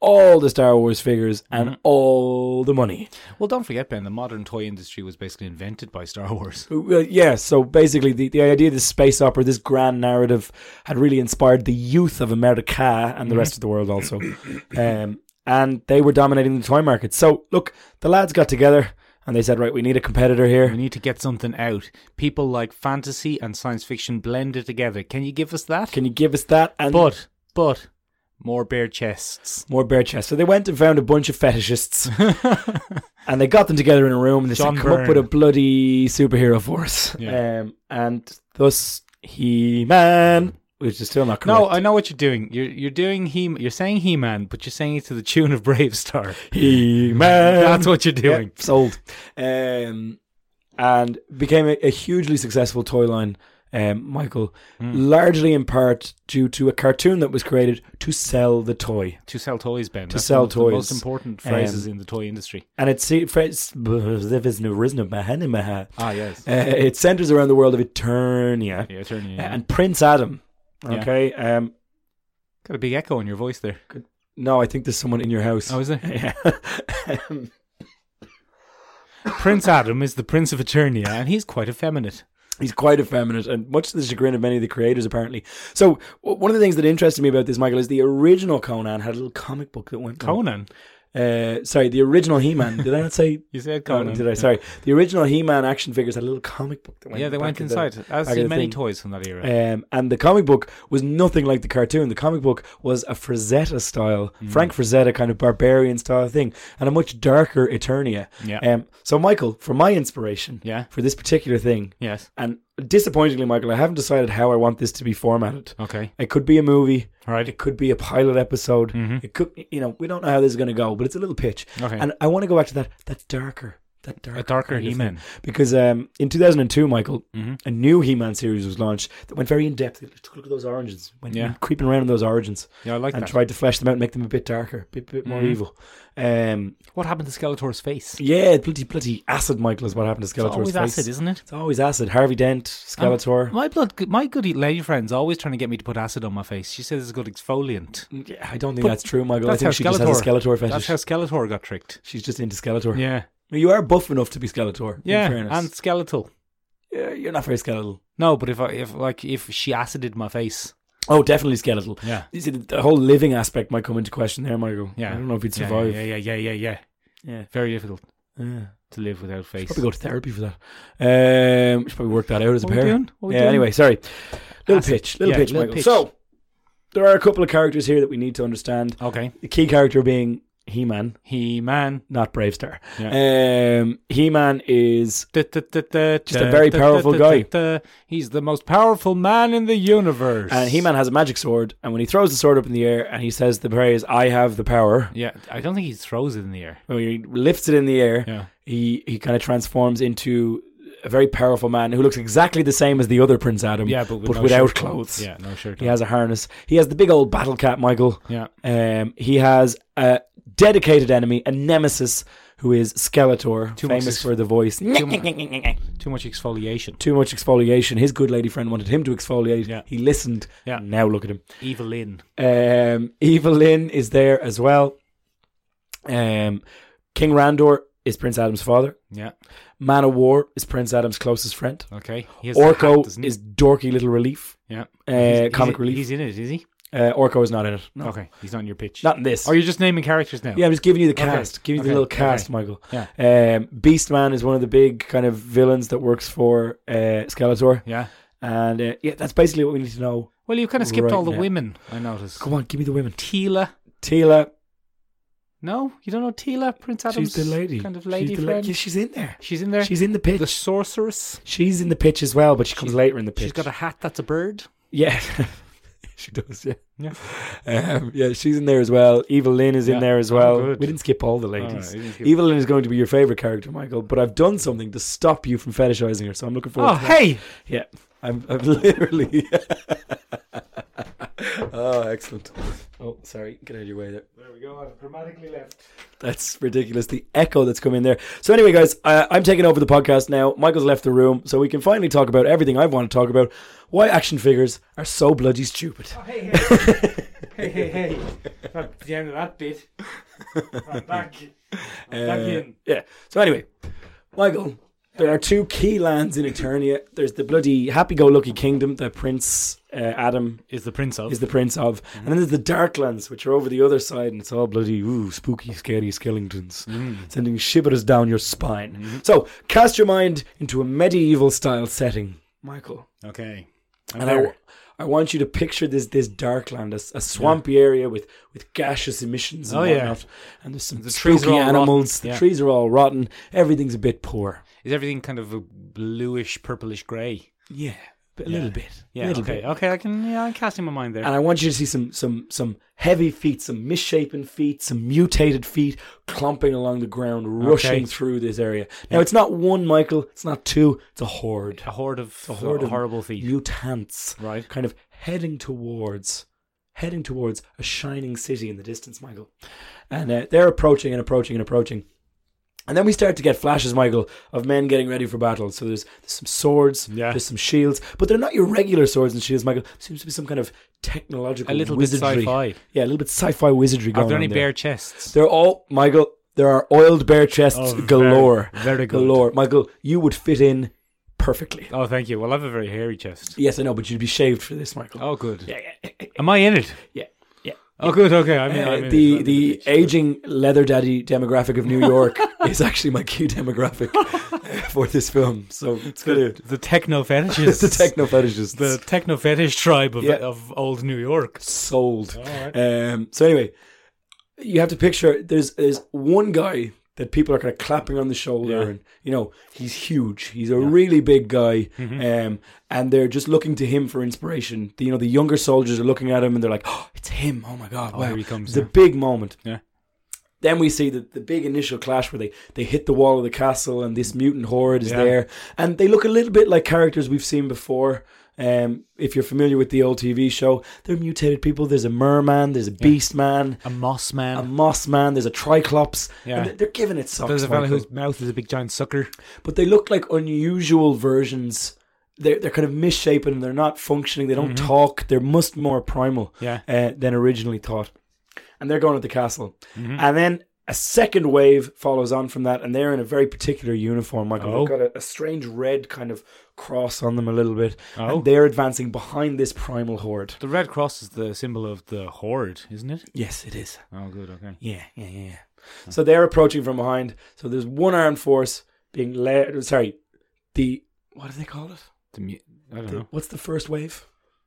Speaker 3: all the Star Wars figures and
Speaker 2: Mhm.
Speaker 3: all the money.
Speaker 2: Well, don't forget, Ben. The modern toy industry was basically invented by Star Wars. (laughs)
Speaker 3: Uh, yeah, so basically the, the idea of this space opera, this grand narrative had really inspired the youth of America and the rest of the world also. (coughs) Um, and they were dominating the toy market. So look, the lads got together and they said, right, we need a competitor here.
Speaker 2: We need to get something out. People like fantasy and science fiction blended together. Can you give us that?
Speaker 3: Can you give us that? And
Speaker 2: but but more bare chests. (laughs)
Speaker 3: more bare chests. So they went and found a bunch of fetishists, and they got them together in a room, and they
Speaker 2: John
Speaker 3: said, "Come up
Speaker 2: Byrne.
Speaker 3: with a bloody superhero for us."
Speaker 2: Yeah.
Speaker 3: Um, and thus He Man, which is still not correct.
Speaker 2: No, I know what you're doing. You're you're doing he. You're saying He Man, but you're saying it to the tune of Brave Star. (laughs)
Speaker 3: He Man.
Speaker 2: That's what you're doing.
Speaker 3: Yep, sold. Um, and became a, a hugely successful toy line. Um, Michael,
Speaker 2: Hmm.
Speaker 3: largely in part due to a cartoon that was created to sell the toy.
Speaker 2: To sell toys, Ben. To
Speaker 3: sell
Speaker 2: The most
Speaker 3: toys.
Speaker 2: important
Speaker 3: Um,
Speaker 2: phrases in the toy industry.
Speaker 3: And it's uh,
Speaker 2: Ah, yes.
Speaker 3: it centers around the world of Eternia
Speaker 2: yeah, turn you.
Speaker 3: and Prince Adam.
Speaker 2: Yeah.
Speaker 3: Okay, um,
Speaker 2: Got a big echo in your voice
Speaker 3: (laughs)
Speaker 2: there.
Speaker 3: no, I think there's someone in your house.
Speaker 2: Oh, is there?
Speaker 3: Yeah. Um,
Speaker 2: (laughs) Prince Adam is the Prince of Eternia, and he's quite effeminate.
Speaker 3: He's quite effeminate, and much to the chagrin of many of the creators, apparently. So, w- one of the things that interested me about this, Michael, is the original Conan had a little comic book that went.
Speaker 2: Conan.
Speaker 3: Uh, sorry, the original He-Man. Did I not say
Speaker 2: You said (laughs)
Speaker 3: Conan?
Speaker 2: Conan.
Speaker 3: Oh, Did I? Sorry, the original He-Man action figures had a little comic book that went.
Speaker 2: Yeah, they
Speaker 3: back
Speaker 2: went
Speaker 3: in the-
Speaker 2: inside, as
Speaker 3: back in
Speaker 2: did
Speaker 3: the
Speaker 2: many
Speaker 3: thing.
Speaker 2: toys from that era.
Speaker 3: Um, and the comic book was nothing like the cartoon. The comic book was a Frazetta style,
Speaker 2: Hmm.
Speaker 3: Frank Frazetta kind of barbarian style thing, and a much darker Eternia.
Speaker 2: Yeah.
Speaker 3: Um, so, Michael, for my inspiration,
Speaker 2: Yeah.
Speaker 3: for this particular thing,
Speaker 2: yes.
Speaker 3: and disappointingly, Michael, I haven't decided how I want this to be formatted.
Speaker 2: Okay.
Speaker 3: It could be a movie.
Speaker 2: All right. Mm-hmm.
Speaker 3: It could be a pilot episode. It could, you know, we don't know how this is going to go, but it's a little pitch.
Speaker 2: Okay.
Speaker 3: And I want to go back to that that darker, that darker,
Speaker 2: A darker Mm-hmm.
Speaker 3: kind of
Speaker 2: He Man.
Speaker 3: thing. Because um, in 2002, Michael, a new He-Man series was launched that went very in depth. It took a look at those origins, went
Speaker 2: Yeah.
Speaker 3: creeping around in those origins,
Speaker 2: Yeah, I like
Speaker 3: and
Speaker 2: that. Mm-hmm.
Speaker 3: tried to flesh them out and make them a bit darker, a bit, bit more evil. Um,
Speaker 2: what happened to Skeletor's face?
Speaker 3: yeah, bloody bloody acid, Michael, is what happened to
Speaker 2: It's
Speaker 3: Skeletor's
Speaker 2: always
Speaker 3: face.
Speaker 2: acid, isn't it? Um,
Speaker 3: It's always acid. Harvey Dent, Skeletor.
Speaker 2: My blood, my good lady friend's always trying to get me to put acid on my face. She says it's a good exfoliant.
Speaker 3: Yeah, I don't think
Speaker 2: But
Speaker 3: that's true, Michael. I
Speaker 2: that's
Speaker 3: think
Speaker 2: how
Speaker 3: she just has a
Speaker 2: Skeletor-
Speaker 3: Skeletor
Speaker 2: That's
Speaker 3: fetish.
Speaker 2: how Skeletor got tricked.
Speaker 3: She's just into Skeletor.
Speaker 2: Yeah,
Speaker 3: You are buff enough to be Skeletor. in
Speaker 2: yeah,
Speaker 3: fairness.
Speaker 2: and skeletal.
Speaker 3: Yeah, you're not very skeletal.
Speaker 2: No, but if I, if like if she acided my face,
Speaker 3: Oh, definitely skeletal.
Speaker 2: yeah,
Speaker 3: You see, the, the whole living aspect might come into question there, Michael.
Speaker 2: yeah,
Speaker 3: I don't know if you'd
Speaker 2: Yeah,
Speaker 3: survive.
Speaker 2: Yeah, yeah, yeah, yeah, yeah.
Speaker 3: Yeah.
Speaker 2: Very difficult
Speaker 3: Yeah.
Speaker 2: to live without face.
Speaker 3: Probably go to therapy for that. Um, should probably work that out as
Speaker 2: What
Speaker 3: a
Speaker 2: we
Speaker 3: pair.
Speaker 2: doing? What we
Speaker 3: yeah.
Speaker 2: doing?
Speaker 3: Anyway, sorry. Little
Speaker 2: Acid.
Speaker 3: pitch. Little
Speaker 2: Yeah,
Speaker 3: pitch,
Speaker 2: little
Speaker 3: Michael.
Speaker 2: pitch.
Speaker 3: So there are a couple of characters here that we need to understand.
Speaker 2: Okay,
Speaker 3: The key character being He-Man,
Speaker 2: He Man.
Speaker 3: not Brave Star. Um, He-Man is
Speaker 2: Just a
Speaker 3: a very powerful
Speaker 2: He's the most powerful man in the universe.
Speaker 3: And He Man has a magic sword, and when he throws the sword up in the air and he says the phrase, I have the power,
Speaker 2: Yeah, I don't think he throws it in the air.
Speaker 3: when he lifts it in the air,
Speaker 2: Yeah.
Speaker 3: he, he kind of transforms into a very powerful man who looks exactly the same as the other Prince Adam,
Speaker 2: Yeah, but, with no
Speaker 3: without
Speaker 2: shirt on.
Speaker 3: clothes.
Speaker 2: Yeah, no shirt.
Speaker 3: He
Speaker 2: on.
Speaker 3: has a harness. He has the big old battle cat, Michael.
Speaker 2: Yeah.
Speaker 3: Um, he has a dedicated enemy, a nemesis, who is Skeletor,
Speaker 2: Too much
Speaker 3: famous
Speaker 2: ex-
Speaker 3: for the voice.
Speaker 2: Too much exfoliation.
Speaker 3: (laughs) Too much exfoliation. His good lady friend wanted him to exfoliate.
Speaker 2: Yeah.
Speaker 3: He listened.
Speaker 2: Yeah.
Speaker 3: Now look at him.
Speaker 2: Evil in.
Speaker 3: Um, Evil Lyn is there as well. Um, King Randor is Prince Adam's father.
Speaker 2: Yeah.
Speaker 3: Man of War is Prince Adam's closest friend.
Speaker 2: Okay. He has a hat,
Speaker 3: Orko
Speaker 2: doesn't he?
Speaker 3: is dorky little relief.
Speaker 2: Yeah.
Speaker 3: Uh,
Speaker 2: He's- he's-
Speaker 3: comic relief.
Speaker 2: He's in it, is he?
Speaker 3: uh, Orko is not in it. No.
Speaker 2: Okay. He's on your pitch.
Speaker 3: Not in this.
Speaker 2: Are you just naming characters now?
Speaker 3: yeah, I'm just giving you the
Speaker 2: Okay.
Speaker 3: cast. Giving you
Speaker 2: Okay.
Speaker 3: the little cast,
Speaker 2: Okay.
Speaker 3: Michael.
Speaker 2: Yeah.
Speaker 3: Um, Beastman is one of the big kind of villains that works for uh, Skeletor.
Speaker 2: Yeah.
Speaker 3: And uh, yeah, that's basically what we need to know.
Speaker 2: Well, you kind of skipped
Speaker 3: Right
Speaker 2: all the
Speaker 3: now.
Speaker 2: women, I noticed.
Speaker 3: Come on, give me the women.
Speaker 2: Tila.
Speaker 3: Tila.
Speaker 2: No? You don't know Tila? Prince Adam's
Speaker 3: she's the lady.
Speaker 2: kind of
Speaker 3: She's
Speaker 2: lady
Speaker 3: the la-
Speaker 2: friend?
Speaker 3: yeah, she's in there.
Speaker 2: She's in there.
Speaker 3: She's in the pitch.
Speaker 2: the sorceress.
Speaker 3: She's in the pitch as well, but she comes later in the pitch.
Speaker 2: She's got a hat that's a bird.
Speaker 3: (laughs) yeah, (laughs) she does. Yeah,
Speaker 2: Yeah.
Speaker 3: um, yeah. She's in there as well. Evil Lynn is
Speaker 2: Yeah.
Speaker 3: in there as
Speaker 2: Oh,
Speaker 3: well.
Speaker 2: good.
Speaker 3: we didn't skip all the
Speaker 2: All
Speaker 3: ladies.
Speaker 2: right, you didn't skip-
Speaker 3: Evil Lynn is going to be your favorite character, Michael. But I've done something to stop you from fetishizing her, so I'm looking forward.
Speaker 2: Oh,
Speaker 3: to that.
Speaker 2: hey!
Speaker 3: yeah. I'm, I'm literally. (laughs) oh, excellent. Oh, sorry. Get out of your way there.
Speaker 2: There we go. I've dramatically left.
Speaker 3: That's ridiculous. The echo that's come in there. So anyway, guys, uh, I'm taking over the podcast now. Michael's left the room, so we can finally talk about everything I want to talk about. Why action figures are so bloody stupid.
Speaker 2: (laughs) Hey, hey. (laughs) hey, hey, hey. Not the end of that (laughs) bit. I'm back. I'm back
Speaker 3: Uh,
Speaker 2: in.
Speaker 3: yeah. So anyway, Michael, there are two key lands in Eternia. There's the bloody happy-go-lucky kingdom that Prince uh, Adam
Speaker 2: Is the prince of.
Speaker 3: is the prince of, and then there's the Darklands, which are over the other side, and it's all bloody ooh spooky, scary skeletons,
Speaker 2: Mm.
Speaker 3: sending shivers down your spine.
Speaker 2: Mm-hmm.
Speaker 3: So cast your mind into a medieval style setting, Michael,
Speaker 2: okay.
Speaker 3: and I, I want you to picture this this Darkland, as a swampy area with with gaseous emissions and
Speaker 2: Oh, yeah.
Speaker 3: whatnot, and there's some
Speaker 2: The trees
Speaker 3: spooky
Speaker 2: are all rotten.
Speaker 3: animals. The
Speaker 2: Yeah.
Speaker 3: trees are all rotten. Everything's a bit poor.
Speaker 2: Is everything kind of a bluish, purplish grey?
Speaker 3: Yeah, but a little bit.
Speaker 2: Yeah.
Speaker 3: little
Speaker 2: okay.
Speaker 3: bit.
Speaker 2: Okay. I can. Yeah, I'm casting my mind there.
Speaker 3: and I want you to see some some some heavy feet, some misshapen feet, some mutated feet clumping along the ground,
Speaker 2: Okay.
Speaker 3: rushing through this area. Now it's not one, Michael. It's not two. It's a horde,
Speaker 2: a horde of
Speaker 3: a horde of
Speaker 2: horrible feet.
Speaker 3: mutants,
Speaker 2: Right.
Speaker 3: Kind of heading towards, heading towards a shining city in the distance, Michael. And uh, they're approaching and approaching and approaching. And then we start to get flashes, Michael, of men getting ready for battle. So there's, there's some swords,
Speaker 2: Yeah.
Speaker 3: there's some shields, but they're not your regular swords and shields, Michael. There seems to be some kind of technological
Speaker 2: a little bit
Speaker 3: wizardry.
Speaker 2: sci-fi.
Speaker 3: Yeah, a little bit sci-fi wizardry going
Speaker 2: Are there
Speaker 3: on
Speaker 2: any
Speaker 3: there.
Speaker 2: bare chests?
Speaker 3: They're all Michael. There are oiled bare chests
Speaker 2: Oh, very-
Speaker 3: galore.
Speaker 2: very good.
Speaker 3: Galore. Michael, you would fit in perfectly.
Speaker 2: Oh, thank you. Well, I have a very hairy chest.
Speaker 3: Yes, I know, but you'd be shaved for this, Michael.
Speaker 2: Oh, good.
Speaker 3: Yeah, yeah, yeah,
Speaker 2: Am I in it?
Speaker 3: yeah. yeah.
Speaker 2: Oh, good. Okay, I mean,
Speaker 3: Uh,
Speaker 2: I mean
Speaker 3: the the aging leather daddy demographic of
Speaker 2: (laughs)
Speaker 3: New York is actually my key demographic for this film. So it's gonna
Speaker 2: the, the techno
Speaker 3: (laughs)
Speaker 2: fetishes,
Speaker 3: it's the techno fetishists.
Speaker 2: the techno fetish tribe of,
Speaker 3: Yeah.
Speaker 2: of old New York.
Speaker 3: sold.
Speaker 2: right.
Speaker 3: Um, so anyway, you have to picture there's there's one guy that people are kind of clapping on the shoulder,
Speaker 2: Yeah.
Speaker 3: and you know he's huge. He's a really big guy,
Speaker 2: Mm-hmm.
Speaker 3: um, and they're just looking to him for inspiration. The, you know the younger soldiers are looking at him, and they're like, (gasps) "Oh, it's him! Oh my god! wow,
Speaker 2: here he comes
Speaker 3: it's a
Speaker 2: now."
Speaker 3: big moment."
Speaker 2: Yeah.
Speaker 3: Then we see the, the big initial clash where they, they hit the wall of the castle and this mutant horde is
Speaker 2: Yeah.
Speaker 3: there. And they look a little bit like characters we've seen before. Um, if you're familiar with the old TV show, they're mutated people. There's a merman, there's a beast man,
Speaker 2: A moss
Speaker 3: a
Speaker 2: man.
Speaker 3: moss man, there's a triclops.
Speaker 2: Yeah.
Speaker 3: And they- they're giving it socks.
Speaker 2: There's a fella
Speaker 3: Michael.
Speaker 2: whose mouth is a big giant sucker.
Speaker 3: But they look like unusual versions. They're, they're kind of misshapen and they're not functioning. They don't
Speaker 2: Mm-hmm.
Speaker 3: talk. They're much more primal
Speaker 2: Yeah.
Speaker 3: uh, than originally thought. And they're going to the castle. And then a second wave follows on from that, and they're in a very particular uniform, Michael.
Speaker 2: Oh.
Speaker 3: They've got a, a strange red kind of cross on them a little bit.
Speaker 2: Oh.
Speaker 3: And they're advancing behind this primal horde.
Speaker 2: The Red Cross is the symbol of the horde, isn't it?
Speaker 3: Yes, it is.
Speaker 2: Oh, good. Okay.
Speaker 3: Yeah, yeah, yeah. yeah. So they're approaching from behind. So there's one armed force being led. Sorry, the. What do they call it?
Speaker 2: The, mu- I don't
Speaker 3: The-
Speaker 2: know.
Speaker 3: what's the first wave?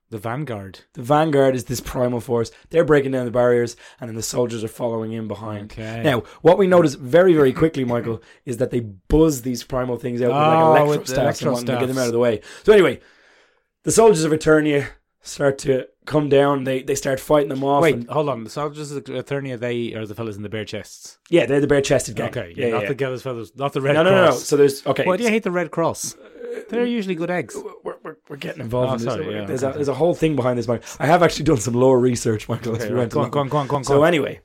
Speaker 2: The Vanguard.
Speaker 3: The vanguard is this primal force. They're breaking down the barriers, and then the soldiers are following in behind.
Speaker 2: Okay.
Speaker 3: Now, what we notice very, very quickly, Michael, (laughs) is that they buzz these primal things out
Speaker 2: Oh,
Speaker 3: with
Speaker 2: with the
Speaker 3: like electro staffs and whatnot to get
Speaker 2: electrostaffs.
Speaker 3: them out of the way. So anyway, the soldiers of Eternia start to come down. They they start fighting them off.
Speaker 2: Wait,
Speaker 3: and-
Speaker 2: hold on. The soldiers of the Eternia, they are the fellas in the bare chests.
Speaker 3: yeah, they're the bare chested gang.
Speaker 2: Okay,
Speaker 3: yeah,
Speaker 2: yeah, not
Speaker 3: yeah.
Speaker 2: the Gellers fellas, not the Red
Speaker 3: no, no,
Speaker 2: Cross.
Speaker 3: no, Uh, no. So there's okay.
Speaker 2: Why do you hate the Red Cross? They're usually good eggs.
Speaker 3: we're, we're, we're getting involved
Speaker 2: Oh,
Speaker 3: in this.
Speaker 2: sorry, yeah,
Speaker 3: there's, a,
Speaker 2: okay.
Speaker 3: there's a whole thing behind this, Michael. I have actually done some lore research, Michael. as we went
Speaker 2: go on,
Speaker 3: along.
Speaker 2: go on, go on, go on.
Speaker 3: So anyway,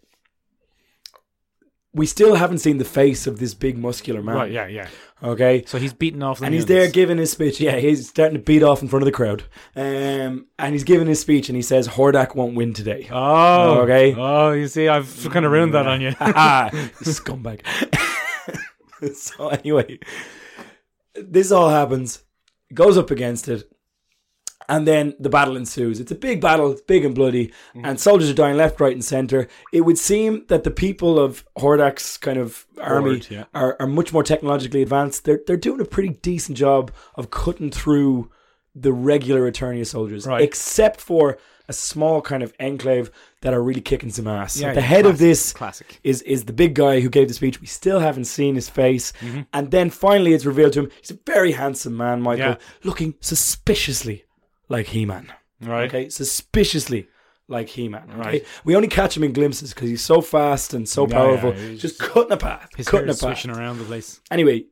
Speaker 3: we still haven't seen the face of this big muscular man.
Speaker 2: right, yeah, yeah.
Speaker 3: Okay.
Speaker 2: So he's beaten off the
Speaker 3: And he's there
Speaker 2: units.
Speaker 3: giving his speech. Yeah, he's starting to beat off in front of the crowd. Um, and he's giving his speech, and he says, "Hordak won't win today."
Speaker 2: Oh,
Speaker 3: Okay.
Speaker 2: Oh, you see, I've kind of ruined that on you.
Speaker 3: Ah, (laughs) scumbag. so anyway, this all happens. Goes up against it, and then the battle ensues. It's a big battle, it's big and bloody,
Speaker 2: Mm-hmm.
Speaker 3: and soldiers are dying left, right, and center. It would seem that the people of Hordak's kind of army
Speaker 2: Horde, yeah.
Speaker 3: are, are much more technologically advanced. They're they're doing a pretty decent job of cutting through the regular Eternia soldiers,
Speaker 2: Right.
Speaker 3: except for a small kind of enclave that are really kicking some ass.
Speaker 2: Yeah,
Speaker 3: At the head of
Speaker 2: classic,
Speaker 3: this
Speaker 2: classic.
Speaker 3: is is the big guy who gave the speech. We still haven't seen his face,
Speaker 2: Mm-hmm.
Speaker 3: and then finally it's revealed to him he's a very handsome man, Michael,
Speaker 2: Yeah.
Speaker 3: looking suspiciously like He-Man.
Speaker 2: Right.
Speaker 3: Okay, suspiciously like He-Man. Okay?
Speaker 2: Right.
Speaker 3: We only catch him in glimpses because he's so fast and so
Speaker 2: Yeah, yeah,
Speaker 3: powerful,
Speaker 2: he's-
Speaker 3: just cutting a path,
Speaker 2: His hair
Speaker 3: cutting a
Speaker 2: is
Speaker 3: path.
Speaker 2: swishing around the place.
Speaker 3: Anyway,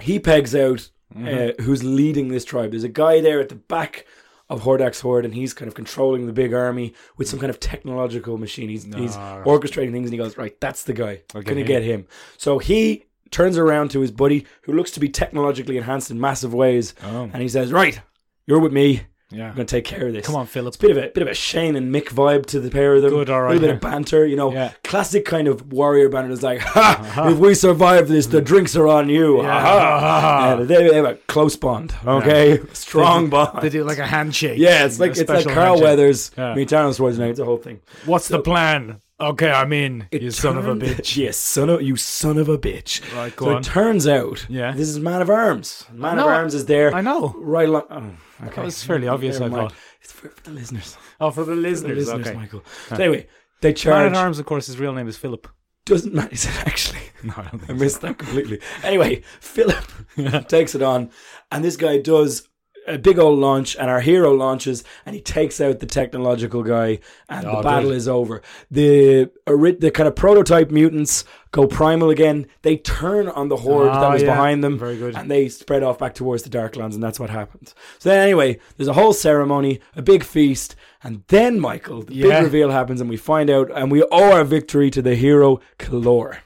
Speaker 3: he pegs out
Speaker 2: Mm-hmm.
Speaker 3: uh, who's leading this tribe. There's a guy there at the back of Hordak's horde, and he's kind of controlling the big army with some kind of technological machine. He's, he's
Speaker 2: Nah.
Speaker 3: orchestrating things, and he goes, "Right, that's the guy. I'm
Speaker 2: get
Speaker 3: gonna
Speaker 2: him."
Speaker 3: get him." So he turns around to his buddy, who looks to be technologically enhanced in massive ways,
Speaker 2: Oh.
Speaker 3: and he says, "Right, you're with me.
Speaker 2: Yeah.
Speaker 3: I'm gonna take care of this."
Speaker 2: Come on, Philip.
Speaker 3: Bit of a bit of a Shane and Mick vibe to the pair of them.
Speaker 2: Good, all right,
Speaker 3: A little bit
Speaker 2: yeah.
Speaker 3: of banter, you know,
Speaker 2: Yeah. Uh-huh.
Speaker 3: classic kind of warrior banter. It's like, (laughs) ha! If we survive this, the drinks are on you. Ha
Speaker 2: Uh-huh.
Speaker 3: ha. Yeah, they they have a close bond, okay, strong bond.
Speaker 2: They do like a handshake.
Speaker 3: (laughs) yeah, it's like
Speaker 2: A
Speaker 3: it's like
Speaker 2: special
Speaker 3: Carl
Speaker 2: handshake.
Speaker 3: Weathers,
Speaker 2: Yeah.
Speaker 3: meet Arnold Schwarzenegger. It's a whole thing.
Speaker 2: What's the plan? Okay, I'm in.
Speaker 3: It
Speaker 2: you son of a
Speaker 3: turned- (laughs)
Speaker 2: bitch.
Speaker 3: Yes, son of you, son of a bitch.
Speaker 2: Right, go
Speaker 3: so
Speaker 2: on.
Speaker 3: it turns out,
Speaker 2: Yeah.
Speaker 3: this is Man of Arms. Man
Speaker 2: know.
Speaker 3: of Arms is there.
Speaker 2: I know.
Speaker 3: Right along. Oh, okay.
Speaker 2: That was fairly obvious,
Speaker 3: Never
Speaker 2: I
Speaker 3: mind.
Speaker 2: thought.
Speaker 3: It's for, for the listeners.
Speaker 2: Oh, for the
Speaker 3: For the
Speaker 2: listeners.
Speaker 3: listeners,
Speaker 2: okay.
Speaker 3: Michael. So anyway, they
Speaker 2: Man
Speaker 3: charge.
Speaker 2: at Arms, of course, his real name is Philip.
Speaker 3: Doesn't (laughs) matter. Is it actually?
Speaker 2: (laughs) No, I don't
Speaker 3: (laughs) I missed that completely. Anyway,
Speaker 2: (laughs)
Speaker 3: Philip takes it on, and this guy does a big old launch, and our hero launches, and he takes out the technological guy, and
Speaker 2: Oh,
Speaker 3: the battle
Speaker 2: good.
Speaker 3: is over. The ori- the kind of prototype mutants go primal again. They turn on the horde
Speaker 2: Ah,
Speaker 3: that was
Speaker 2: yeah.
Speaker 3: behind them,
Speaker 2: Very good.
Speaker 3: and they spread off back towards the Darklands, and that's what happened. So then, anyway, there's a whole ceremony, a big feast, and then Michael, the
Speaker 2: Yeah.
Speaker 3: big reveal happens, and we find out, and we owe our victory to the hero Kalor.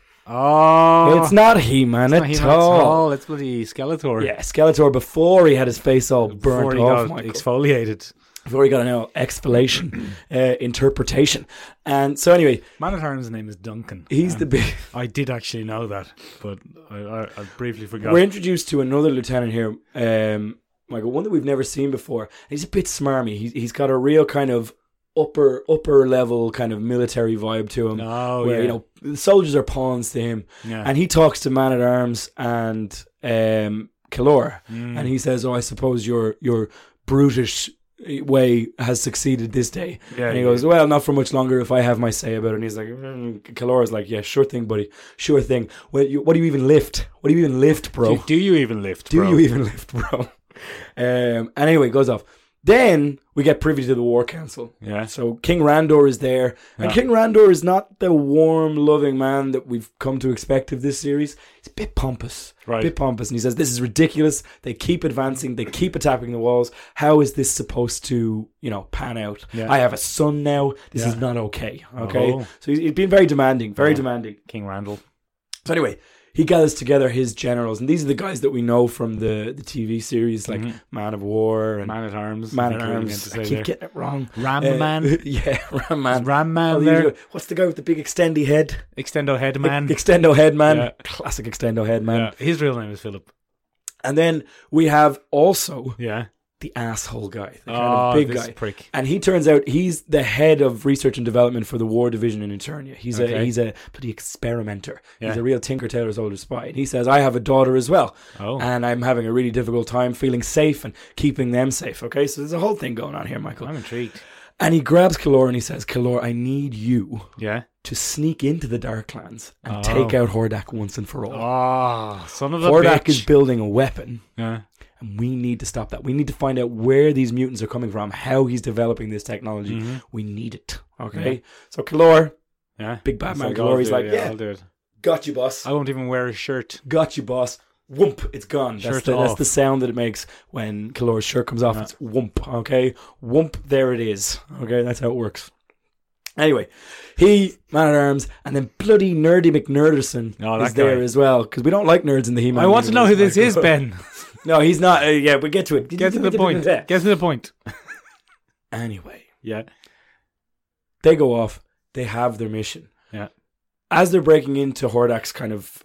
Speaker 2: Oh.
Speaker 3: It's not He Man
Speaker 2: not
Speaker 3: at,
Speaker 2: him
Speaker 3: all.
Speaker 2: It's bloody Skeletor.
Speaker 3: Yeah, Skeletor before he had his face all
Speaker 2: Before
Speaker 3: burnt
Speaker 2: he
Speaker 3: off,
Speaker 2: got
Speaker 3: Michael.
Speaker 2: exfoliated.
Speaker 3: I've already got an L,
Speaker 2: (clears throat)
Speaker 3: explanation, uh, interpretation. And so, anyway,
Speaker 2: Man at Arms' name is Duncan.
Speaker 3: he's
Speaker 2: Um,
Speaker 3: the big.
Speaker 2: I did actually know that, but I, I, I briefly forgot.
Speaker 3: We're introduced to another lieutenant here, um, Michael, one that we've never seen before. He's a bit smarmy. He's, he's got a real kind of upper upper level kind of military vibe to him.
Speaker 2: oh,
Speaker 3: where
Speaker 2: yeah.
Speaker 3: you know the soldiers are pawns to him,
Speaker 2: yeah.
Speaker 3: and he talks to Man at Arms and um, Kilor,
Speaker 2: Mm.
Speaker 3: and he says, "Oh, I suppose your your brutish." Way has succeeded this day,
Speaker 2: Yeah,
Speaker 3: and he
Speaker 2: yeah.
Speaker 3: goes, "Well, not for much longer. If I have my say about it." And he's like, mm. "Kalora's like, yeah, sure thing, buddy, sure thing. Well, you, what do you even lift? What do you even lift, bro?
Speaker 2: Do, do you even lift?
Speaker 3: (laughs) Do
Speaker 2: bro?
Speaker 3: you even lift, bro? (laughs) Um, and anyway, it goes off. Then we get privy to the War Council.
Speaker 2: Yeah.
Speaker 3: So King Randor is there, and
Speaker 2: Yeah.
Speaker 3: King Randor is not the warm, loving man that we've come to expect of this series. He's a bit pompous,
Speaker 2: Right.
Speaker 3: bit pompous, and he says, "This is ridiculous. They keep advancing. They keep attacking the walls. How is this supposed to, you know, pan out?
Speaker 2: Yeah.
Speaker 3: I have a son now. This is
Speaker 2: Yeah.
Speaker 3: not okay. Okay."
Speaker 2: Oh.
Speaker 3: So he's, he's been very demanding, very demanding.
Speaker 2: King Randall.
Speaker 3: So anyway, he gathers together his generals, and these are the guys that we know from the, the TV series, like
Speaker 2: Mm-hmm.
Speaker 3: Man of War and Man,
Speaker 2: Man at Arms.
Speaker 3: at Arms. I keep getting it wrong.
Speaker 2: Ram
Speaker 3: Uh, Oh,
Speaker 2: Man.
Speaker 3: (laughs) yeah, Ram Man.
Speaker 2: Ram
Speaker 3: All
Speaker 2: Man
Speaker 3: these
Speaker 2: there.
Speaker 3: guys- What's the guy with the big extendy head?
Speaker 2: Extendo Head Man.
Speaker 3: Extendo head man.
Speaker 2: Yeah.
Speaker 3: Classic extendo head man.
Speaker 2: Yeah, his real name is Philip.
Speaker 3: And then we have also
Speaker 2: Yeah.
Speaker 3: the asshole guy, the kind
Speaker 2: Oh,
Speaker 3: of big
Speaker 2: this
Speaker 3: guy.
Speaker 2: prick.
Speaker 3: And he turns out he's the head of research and development for the war division in Eternia. He's a
Speaker 2: Okay.
Speaker 3: he's a bloody experimenter. He's
Speaker 2: Yeah.
Speaker 3: a real tinker tailor soldier spy. And he says, I have a daughter as well.
Speaker 2: Oh.
Speaker 3: And I'm having a really difficult time feeling safe and keeping them safe. Okay, so there's a whole thing going on here, Michael.
Speaker 2: I'm intrigued.
Speaker 3: And he grabs Kalor and he says, Kalor, I need you
Speaker 2: Yeah.
Speaker 3: to sneak into the Darklands and
Speaker 2: Oh.
Speaker 3: take out Hordak once and for all.
Speaker 2: Ah, son of a
Speaker 3: Hordak
Speaker 2: bitch.
Speaker 3: Oh. is building a weapon,
Speaker 2: yeah.
Speaker 3: and we need to stop that. We need to find out where these mutants are coming from, how he's developing this technology.
Speaker 2: Mhm.
Speaker 3: We need it. Okay. So Kalor,
Speaker 2: Yeah.
Speaker 3: big Batman
Speaker 2: It's
Speaker 3: Kalor, he's
Speaker 2: I'll
Speaker 3: like,
Speaker 2: do it,
Speaker 3: yeah,
Speaker 2: I'll do it.
Speaker 3: got you, boss.
Speaker 2: I won't even wear a shirt.
Speaker 3: Got you, boss. Whoomp, it's gone. That's
Speaker 2: Shirt
Speaker 3: the, that's
Speaker 2: off.
Speaker 3: the sound that it makes when Kalor's shirt comes off.
Speaker 2: Yeah.
Speaker 3: It's whoomp, okay? Whoomp, there it is. Okay, that's how it works. Anyway, he, Man at Arms, and then bloody Nerdy McNerderson
Speaker 2: Oh, that
Speaker 3: is there
Speaker 2: guy.
Speaker 3: as well, because we don't like nerds in the He Man.
Speaker 2: I want to know who this is, Ben.
Speaker 3: (laughs) No, he's not. Uh, yeah, but get to it.
Speaker 2: Get to the point. Get to the
Speaker 3: (laughs)
Speaker 2: point.
Speaker 3: Anyway,
Speaker 2: Yeah.
Speaker 3: they go off, they have their mission.
Speaker 2: Yeah.
Speaker 3: As they're breaking into Hordak's kind of.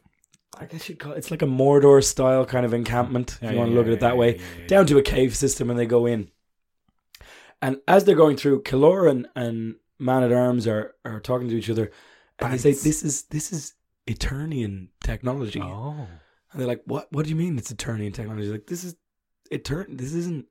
Speaker 3: I guess you'd call it, it's like a Mordor style kind of encampment, if
Speaker 2: Yeah,
Speaker 3: you
Speaker 2: yeah,
Speaker 3: want to
Speaker 2: yeah,
Speaker 3: look at it
Speaker 2: yeah,
Speaker 3: that way.
Speaker 2: yeah, yeah, yeah.
Speaker 3: down to a cave system and they go in. And as they're going through, Kalor and, and Man at Arms are, are talking to each other and they
Speaker 2: Pants.
Speaker 3: say, This is this is Eternian technology.
Speaker 2: Oh.
Speaker 3: And they're like, What what do you mean it's Eternian technology? Like this is Etern this isn't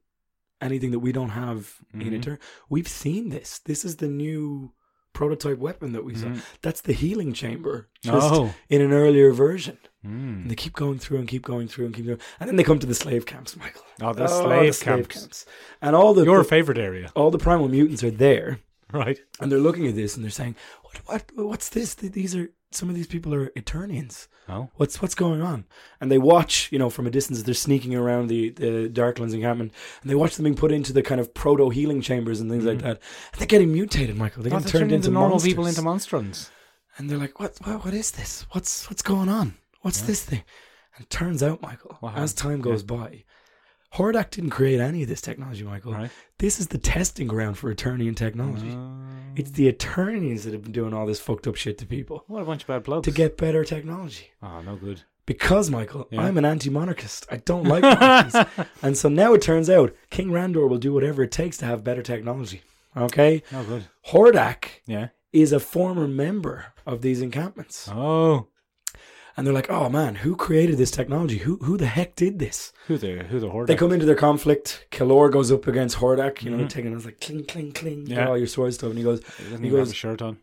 Speaker 3: anything that we don't have in
Speaker 2: Mhm.
Speaker 3: Etern we've seen this. This is the new prototype weapon that we saw.
Speaker 2: Mhm.
Speaker 3: That's the healing chamber. Just
Speaker 2: Oh.
Speaker 3: in an earlier version.
Speaker 2: Mm.
Speaker 3: And they keep going through and keep going through and keep going. And then they come to the slave camps, (laughs) Michael.
Speaker 2: Oh, the slave camps.
Speaker 3: And all the,
Speaker 2: Your
Speaker 3: the-
Speaker 2: favorite area, (laughs)
Speaker 3: all the primal mutants are there
Speaker 2: right?
Speaker 3: and they're looking at this and they're saying, "What what what's this? Th- These are some of these people are Eternians.
Speaker 2: Oh.
Speaker 3: What's what's going on?" And they watch, you know, from a distance they're sneaking around the the Darklands encampment and they watch them being put into the kind of proto healing chambers and things
Speaker 2: Mm-hmm.
Speaker 3: like that. And they're getting mutated, Michael. They're
Speaker 2: Not
Speaker 3: getting turned into
Speaker 2: normal
Speaker 3: monsters.
Speaker 2: people Oh, into monstrons.
Speaker 3: and they're like, "What what what is this? What's what's going on? What's this thing?" And it turns out, Michael,
Speaker 2: Wow.
Speaker 3: as time goes by, Hordak didn't create any of this technology, Michael.
Speaker 2: Right.
Speaker 3: This is the testing ground for Eternian technology.
Speaker 2: Uh,
Speaker 3: It's the Eternians that have been doing all this fucked up shit to people
Speaker 2: what a bunch of bad blokes.
Speaker 3: to get better technology.
Speaker 2: oh, no good.
Speaker 3: Because, Michael,
Speaker 2: Yeah.
Speaker 3: I'm an anti monarchist. I don't
Speaker 2: (laughs)
Speaker 3: like monarchies. and so now it turns out King Randor will do whatever it takes to have better technology. Okay?
Speaker 2: No good.
Speaker 3: Hordak
Speaker 2: Yeah.
Speaker 3: is a former member of these encampments.
Speaker 2: Oh.
Speaker 3: And they're like, oh man, who created this technology? Who, who the heck did this?
Speaker 2: Who the who the horde?
Speaker 3: They come into their conflict. Kalor goes up against Hordak. You know,
Speaker 2: Mhm.
Speaker 3: taking it's like cling, cling, cling.
Speaker 2: Yeah.
Speaker 3: Get all your sword stuff. And he goes,
Speaker 2: He doesn't
Speaker 3: he
Speaker 2: even have
Speaker 3: goes-
Speaker 2: a shirt on.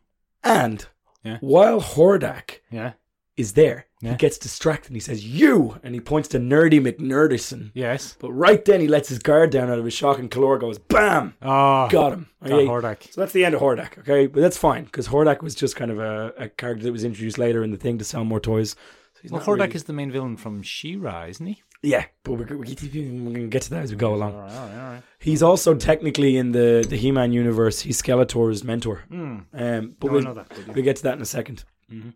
Speaker 3: and
Speaker 2: Yeah.
Speaker 3: while Hordak
Speaker 2: Yeah.
Speaker 3: is there.
Speaker 2: Yeah.
Speaker 3: He gets distracted and he says, You! And he points to Nerdy McNerdison.
Speaker 2: Yes.
Speaker 3: But right then he lets his guard down out of his shock and Kalor goes, Bam!
Speaker 2: Oh.
Speaker 3: Got him.
Speaker 2: Got
Speaker 3: Okay?
Speaker 2: Hordak.
Speaker 3: So that's the end of Hordak, okay? But that's fine because Hordak was just kind of a, a character that was introduced later in the thing to sell more toys. So he's
Speaker 2: Well,
Speaker 3: not
Speaker 2: Hordak
Speaker 3: really-
Speaker 2: is the main villain from She-Ra, isn't he?
Speaker 3: Yeah, but we're, we're going to get to that as we go
Speaker 2: All
Speaker 3: along.
Speaker 2: right, all right, all right.
Speaker 3: He's also technically in the, the He Man universe, he's Skeletor's mentor.
Speaker 2: Mm.
Speaker 3: Um, but
Speaker 2: No, I
Speaker 3: we'll,
Speaker 2: know that. but yeah.
Speaker 3: We'll get to that in a 2nd
Speaker 2: Mhm.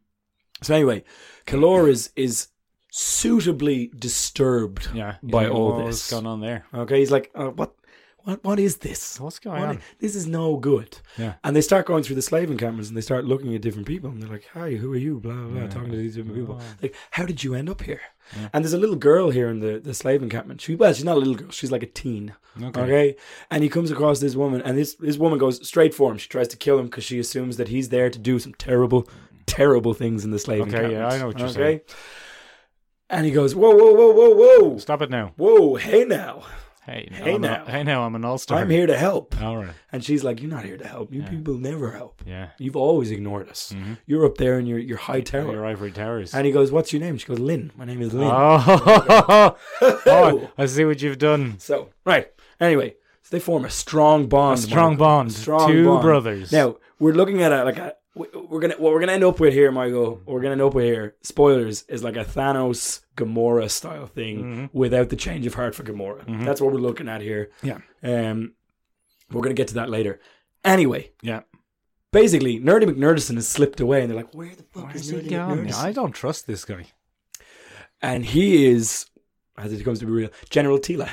Speaker 3: So anyway, Kalor is is suitably disturbed.
Speaker 2: Yeah.
Speaker 3: By all
Speaker 2: what's
Speaker 3: this.
Speaker 2: going on there?
Speaker 3: Okay, he's like, uh, what what what is this?
Speaker 2: What's going
Speaker 3: What
Speaker 2: on?
Speaker 3: i- This is no good.
Speaker 2: Oh, Yeah.
Speaker 3: And they start going through the slaving cameras and they start looking at different people and they're like, "Hi, who are you?" Blah blah, blah
Speaker 2: Yeah.
Speaker 3: talking to these different people.
Speaker 2: Oh.
Speaker 3: Like, how did you end up here?
Speaker 2: Yeah.
Speaker 3: And there's a little girl here in the the slave encampment. She well, she's not a little girl. She's like a teen.
Speaker 2: Okay.
Speaker 3: Okay. And he comes across this woman, and this, this woman goes straight for him. She tries to kill him because she assumes that he's there to do some terrible, terrible things in the slave
Speaker 2: Okay, yeah,
Speaker 3: encampment.
Speaker 2: I know what you're
Speaker 3: okay?
Speaker 2: saying.
Speaker 3: And he goes, Whoa, whoa, whoa, whoa, whoa.
Speaker 2: Stop it now.
Speaker 3: Whoa, hey now.
Speaker 2: Hey,
Speaker 3: Hey
Speaker 2: I'm
Speaker 3: now.
Speaker 2: A, hey now, I'm an all-star.
Speaker 3: I'm here to help.
Speaker 2: All right.
Speaker 3: And she's like, You're not here to help. You
Speaker 2: Yeah.
Speaker 3: people never help.
Speaker 2: Yeah.
Speaker 3: You've always ignored us.
Speaker 2: Mhm.
Speaker 3: You're up there in your, your high tower.
Speaker 2: Your ivory towers.
Speaker 3: And he goes, What's your name? She goes, Lynn. My name is Lynn.
Speaker 2: Ah,
Speaker 3: (laughs)
Speaker 2: Oh, oh, I see what you've done.
Speaker 3: So, right. Anyway, so they form a strong bond.
Speaker 2: A strong
Speaker 3: Michael.
Speaker 2: bond.
Speaker 3: Strong
Speaker 2: Two
Speaker 3: bond.
Speaker 2: brothers.
Speaker 3: Now we're looking at a like a we- we're gonna what we're gonna end up with here, Michael. What we're gonna end up with here. Spoilers is like a Thanos Gamora style thing
Speaker 2: Mm-hmm.
Speaker 3: without the change of heart for Gamora. That's what we're looking at here.
Speaker 2: Yeah.
Speaker 3: Um, we're gonna get to that later. Anyway,
Speaker 2: Yeah.
Speaker 3: basically, Nerdy McNerdison has slipped away, and they're like, "Where the fuck
Speaker 2: Where's
Speaker 3: is
Speaker 2: he
Speaker 3: Nerdy
Speaker 2: gone?
Speaker 3: McNerdison?"
Speaker 2: I don't trust this guy.
Speaker 3: And he is, as it comes to be real, General Tila.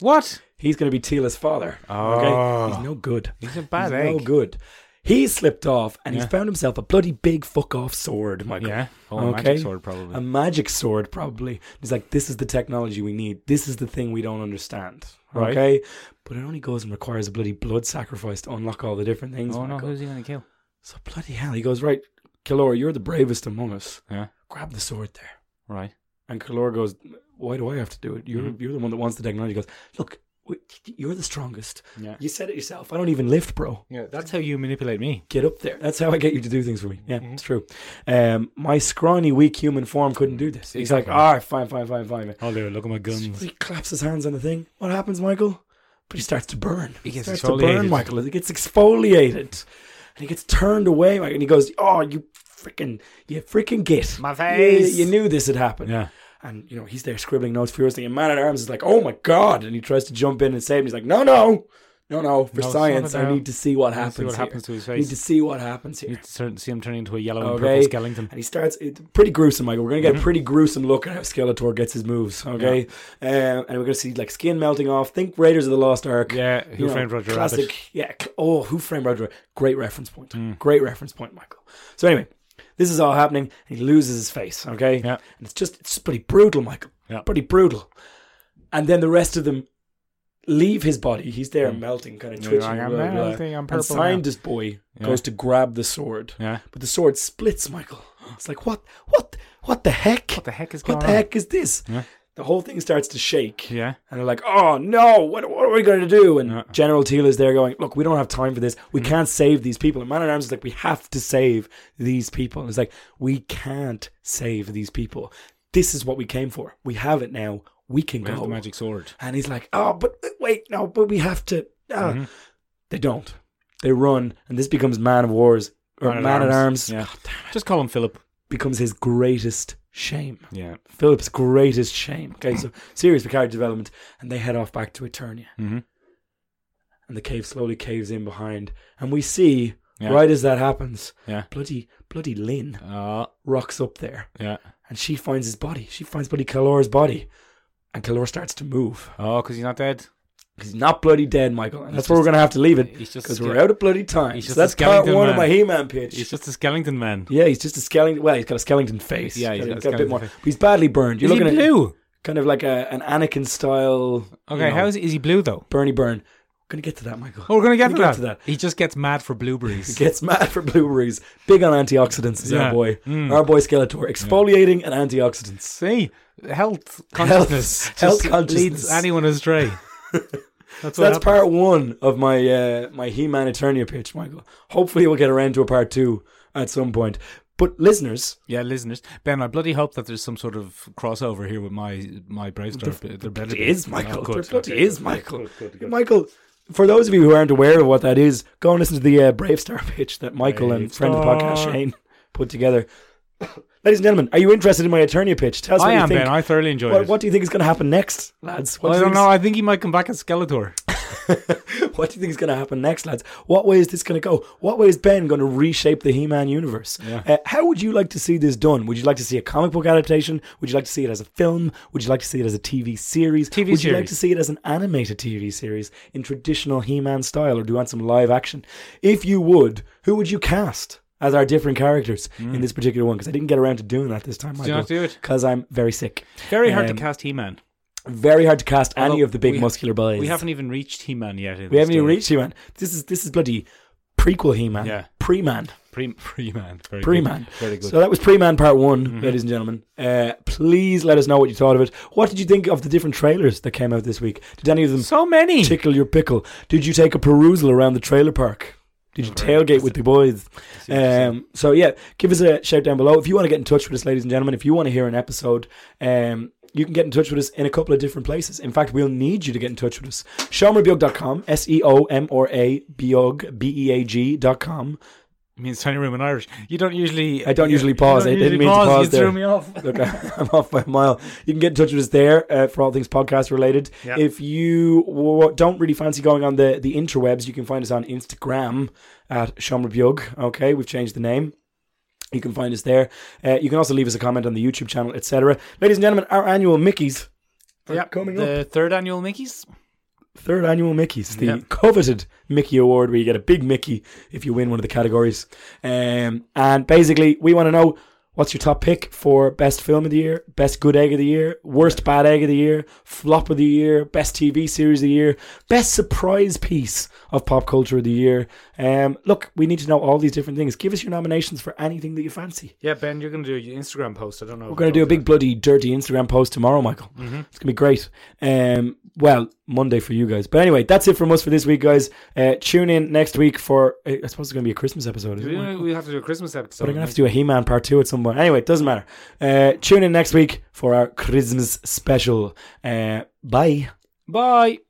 Speaker 2: What?
Speaker 3: He's gonna be Tila's father.
Speaker 2: Oh.
Speaker 3: Okay, he's no good.
Speaker 2: He's a bad
Speaker 3: he's
Speaker 2: egg.
Speaker 3: no good. He slipped off and
Speaker 2: Yeah.
Speaker 3: he's found himself a bloody big fuck off sword, Michael.
Speaker 2: Yeah. Oh, a magic sword probably.
Speaker 3: A magic sword, probably. He's like, this is the technology we need. This is the thing we don't understand.
Speaker 2: Right.
Speaker 3: Okay? But it only goes and requires a bloody blood sacrifice to unlock all the different things.
Speaker 2: oh no,
Speaker 3: Michael.
Speaker 2: who's he gonna kill?
Speaker 3: So bloody hell. He goes, right, Kalora, you're the bravest among us.
Speaker 2: Yeah.
Speaker 3: Grab the sword there.
Speaker 2: Right.
Speaker 3: And Kalora goes, why do I have to do it? You're,
Speaker 2: Mm.
Speaker 3: you're the one that wants the technology. He goes, look, w- you're the strongest.
Speaker 2: Yeah.
Speaker 3: You said it yourself. I don't even lift, bro.
Speaker 2: Yeah. That's how you manipulate me.
Speaker 3: get up there. That's how I get you to do things for me. Yeah,
Speaker 2: Mm-hmm.
Speaker 3: it's true. Um, my scrawny, weak human form couldn't do this. He's like, all right, fine, fine, fine, fine.
Speaker 2: Oh, there. Look at my guns.
Speaker 3: He claps his hands on the thing. What happens, Michael? But he starts to burn. He
Speaker 2: gets
Speaker 3: starts to burn,
Speaker 2: exfoliated.
Speaker 3: Michael. He gets exfoliated, and he gets turned away. Like, and he goes, "Oh, you freaking, you freaking git
Speaker 2: My face."
Speaker 3: You, you knew this had happened."
Speaker 2: Yeah.
Speaker 3: And you know he's there scribbling notes furiously, and Man at Arms is like, "Oh my god!" And he tries to jump in and save him. He's like, "No, no, no, no! For
Speaker 2: No, sort
Speaker 3: science,
Speaker 2: it
Speaker 3: I
Speaker 2: out.
Speaker 3: need to see what
Speaker 2: I need to
Speaker 3: happens.
Speaker 2: see what
Speaker 3: here.
Speaker 2: happens to his
Speaker 3: I need
Speaker 2: face."
Speaker 3: to see what happens here."
Speaker 2: You turn- see him turning into a yellow and
Speaker 3: Okay.
Speaker 2: purple skeleton.
Speaker 3: And he starts it, pretty gruesome, Michael. We're gonna
Speaker 2: Mm-hmm.
Speaker 3: get a pretty gruesome look at how Skeletor gets his moves. Okay, um, and we're gonna see like skin melting off. Think Raiders of the Lost Ark.
Speaker 2: Yeah. Who
Speaker 3: You know,
Speaker 2: framed Roger
Speaker 3: classic,
Speaker 2: Rabbit?
Speaker 3: Yeah. cl- Oh, Who Framed Roger? Rabbit. Great reference point.
Speaker 2: Hmm.
Speaker 3: Great reference point, Michael. So anyway, this is all happening, and he loses his face. Okay.
Speaker 2: Yeah.
Speaker 3: And it's just it's pretty brutal, Michael.
Speaker 2: Yeah.
Speaker 3: Pretty brutal. And then the rest of them leave his body. He's there melting, kind of twitching.
Speaker 2: Hmm. like, I'm
Speaker 3: blah, blah, blah.
Speaker 2: melting, I'm
Speaker 3: and
Speaker 2: purple now.
Speaker 3: scientist boy goes to grab the sword.
Speaker 2: Yeah.
Speaker 3: But the sword splits, Michael. It's like what, what, what the heck? What
Speaker 2: the heck is
Speaker 3: What
Speaker 2: going
Speaker 3: the
Speaker 2: on?
Speaker 3: heck is this?
Speaker 2: Yeah.
Speaker 3: The whole thing starts to shake.
Speaker 2: Yeah.
Speaker 3: And they're like, "Oh no, what, what are we going to do?" And
Speaker 2: Yeah.
Speaker 3: General Teal is there going, "Look, we don't have time for this. We
Speaker 2: Mm-hmm.
Speaker 3: can't save these people." And Man at Arms is like, "We have to save these people." And it's like, "We can't save these people. This is what we came for. We have it now. We can
Speaker 2: We
Speaker 3: go."
Speaker 2: have the magic sword.
Speaker 3: And he's like, "Oh, but wait, no, but we have to." ah."
Speaker 2: Mm-hmm.
Speaker 3: They don't. They run, and this becomes Man of Wars or Man, at Arms
Speaker 2: Yeah. Just call him Philip.
Speaker 3: becomes his greatest shame.
Speaker 2: Yeah.
Speaker 3: Philip's greatest shame. Okay, so serious for character development, and they head off back to Eternia,
Speaker 2: Mhm.
Speaker 3: and the cave slowly caves in behind, and we see
Speaker 2: Yeah.
Speaker 3: right as that happens,
Speaker 2: Yeah.
Speaker 3: bloody bloody Lynn
Speaker 2: Uh,
Speaker 3: rocks up there,
Speaker 2: yeah.
Speaker 3: and she finds his body. She finds bloody Kalora's body, and Kalora starts to move.
Speaker 2: Oh, because he's not dead.
Speaker 3: He's not bloody dead, Michael, and
Speaker 2: He's
Speaker 3: that's where we're
Speaker 2: just-
Speaker 3: gonna have to leave it
Speaker 2: he's just
Speaker 3: because
Speaker 2: a
Speaker 3: we're
Speaker 2: skele-
Speaker 3: out of bloody time.
Speaker 2: he's
Speaker 3: So
Speaker 2: just a
Speaker 3: that's part
Speaker 2: skeleton
Speaker 3: one of
Speaker 2: man.
Speaker 3: my He-Man pitch.
Speaker 2: He's just a skeleton man.
Speaker 3: yeah, he's just a skeleton. Well, he's got a skeleton face.
Speaker 2: Yeah, he's got a
Speaker 3: a bit
Speaker 2: skeleton
Speaker 3: more.
Speaker 2: face.
Speaker 3: But he's badly burned. You're
Speaker 2: Is he
Speaker 3: looking at
Speaker 2: blue?
Speaker 3: kind of like a, an Anakin style.
Speaker 2: Okay. how is he, is he blue though?
Speaker 3: Bernie Byrne? Gonna get to that, Michael.
Speaker 2: Oh, we're gonna get,
Speaker 3: Gonna
Speaker 2: to, that. He just gets mad for blueberries.
Speaker 3: (laughs) Gets mad for blueberries. Big on antioxidants is our
Speaker 2: Yeah.
Speaker 3: boy.
Speaker 2: Mm.
Speaker 3: Our boy Skeletor. Exfoliating and antioxidants.
Speaker 2: (laughs) See, health consciousness
Speaker 3: Health-
Speaker 2: just
Speaker 3: health consciousness.
Speaker 2: leads anyone
Speaker 3: (laughs)
Speaker 2: astray. That's
Speaker 3: So
Speaker 2: what
Speaker 3: that's part one of my uh, my He-Man Eternia pitch, Michael. Hopefully we'll get around to a part two at some point. But listeners,
Speaker 2: Yeah, listeners, Ben, I bloody hope that there's some sort of crossover here with my my Brave Star. There, better
Speaker 3: it
Speaker 2: be.
Speaker 3: is Michael.
Speaker 2: Oh,
Speaker 3: There
Speaker 2: good.
Speaker 3: bloody
Speaker 2: Okay,
Speaker 3: is
Speaker 2: good.
Speaker 3: Michael.
Speaker 2: Good, good, good.
Speaker 3: Michael, for those of you who aren't aware of what that is, go and listen to the uh, Brave Star (laughs) pitch that Michael and
Speaker 2: Brave
Speaker 3: friend of the podcast
Speaker 2: Star.
Speaker 3: Shane put together. Ladies and gentlemen, are you interested in my Eternia pitch? Tell us what
Speaker 2: I
Speaker 3: you
Speaker 2: am
Speaker 3: think.
Speaker 2: Ben. I thoroughly enjoyed
Speaker 3: what,
Speaker 2: it.
Speaker 3: what do you think is going to happen next, lads? What
Speaker 2: I
Speaker 3: do you
Speaker 2: don't
Speaker 3: think's-
Speaker 2: know. I think he might come back as Skeletor.
Speaker 3: (laughs) what do you think is going to happen next, lads? What way is this going to go? What way is Ben going to reshape the He-Man universe? Uh, how would you like to see this done? Would you like to see a comic book adaptation? Would you like to see it as a film? Would you like to see it as a TV series?
Speaker 2: TV
Speaker 3: would you like
Speaker 2: series.
Speaker 3: to see it as an animated TV series in traditional He-Man style, or do you want some live action? If you would, who would you cast? As our different characters in this particular one, because I didn't get around to doing that this time.
Speaker 2: you not Hmm. do it?
Speaker 3: Because I'm very sick.
Speaker 2: Very hard
Speaker 3: Um,
Speaker 2: to cast He Man.
Speaker 3: Very hard to cast any
Speaker 2: Although
Speaker 3: of the big
Speaker 2: we-
Speaker 3: muscular boys.
Speaker 2: We haven't even reached He Man yet. in
Speaker 3: We
Speaker 2: this
Speaker 3: haven't even
Speaker 2: story.
Speaker 3: reached He-Man. This is this is bloody prequel He-Man.
Speaker 2: Yeah.
Speaker 3: Pre-Man.
Speaker 2: Pre- (laughs) Pre-Man. Very
Speaker 3: Pre-Man.
Speaker 2: Good. Very good. Mm-hmm.
Speaker 3: So that was Pre-Man Part One, ladies and gentlemen. Uh, please let us know what you thought of it. What did you think of the different trailers that came out this week? Did any of them
Speaker 2: So many.
Speaker 3: tickle your pickle? Did you take a perusal around the trailer park? Did you tailgate with the boys? Um, so yeah, give us a shout down below if you want to get in touch with us, ladies and gentlemen. If you want to hear an episode, um, you can get in touch with us in a couple of different places. In fact, we'll need you to get in touch with us. Seomrabjog.com, S E O M R A B E A G dot com.
Speaker 2: I mean, it's tiny room in Irish. You don't usually.
Speaker 3: I don't
Speaker 2: you-
Speaker 3: usually
Speaker 2: you
Speaker 3: pause.
Speaker 2: don't
Speaker 3: I didn't
Speaker 2: usually
Speaker 3: mean to pause
Speaker 2: You
Speaker 3: there.
Speaker 2: threw me off.
Speaker 3: Look, I- (laughs) I'm off by a mile. You can get in touch with us there uh, for all things podcast related.
Speaker 2: Yeah.
Speaker 3: If you w- don't really fancy going on the, the interwebs, you can find us on Instagram at Shomrabjug. Okay, we've changed the name. You can find us there. Uh, you can also leave us a comment on the YouTube channel, etc. Ladies and gentlemen, our annual Mickey's are
Speaker 2: Yep,
Speaker 3: coming up.
Speaker 2: the third annual Mickey's.
Speaker 3: Third annual Mickey's, the
Speaker 2: Yep.
Speaker 3: coveted Mickey Award, where you get a big Mickey if you win one of the categories. Um, and basically, we want to know what's your top pick for best film of the year, best good egg of the year, worst bad egg of the year, flop of the year, best TV series of the year, best surprise piece of pop culture of the year. Um, look, we need to know all these different things. Give us your nominations for anything that you fancy.
Speaker 2: Yeah, Ben, you're going to do your Instagram post. I don't know.
Speaker 3: We're going to do a big bloody dirty Instagram post tomorrow, Michael. It's going to be great. Um, well, Monday for you guys. But anyway, that's it from us for this week, guys. Uh, tune in next week for, uh, I suppose it's going to be a Christmas episode, isn't it? Michael?
Speaker 2: We have to do a Christmas episode.
Speaker 3: But I'm going to have to do a He Man part two at some point. Anyway, it doesn't matter. Uh, tune in next week for our Christmas special. Uh, bye.
Speaker 2: Bye.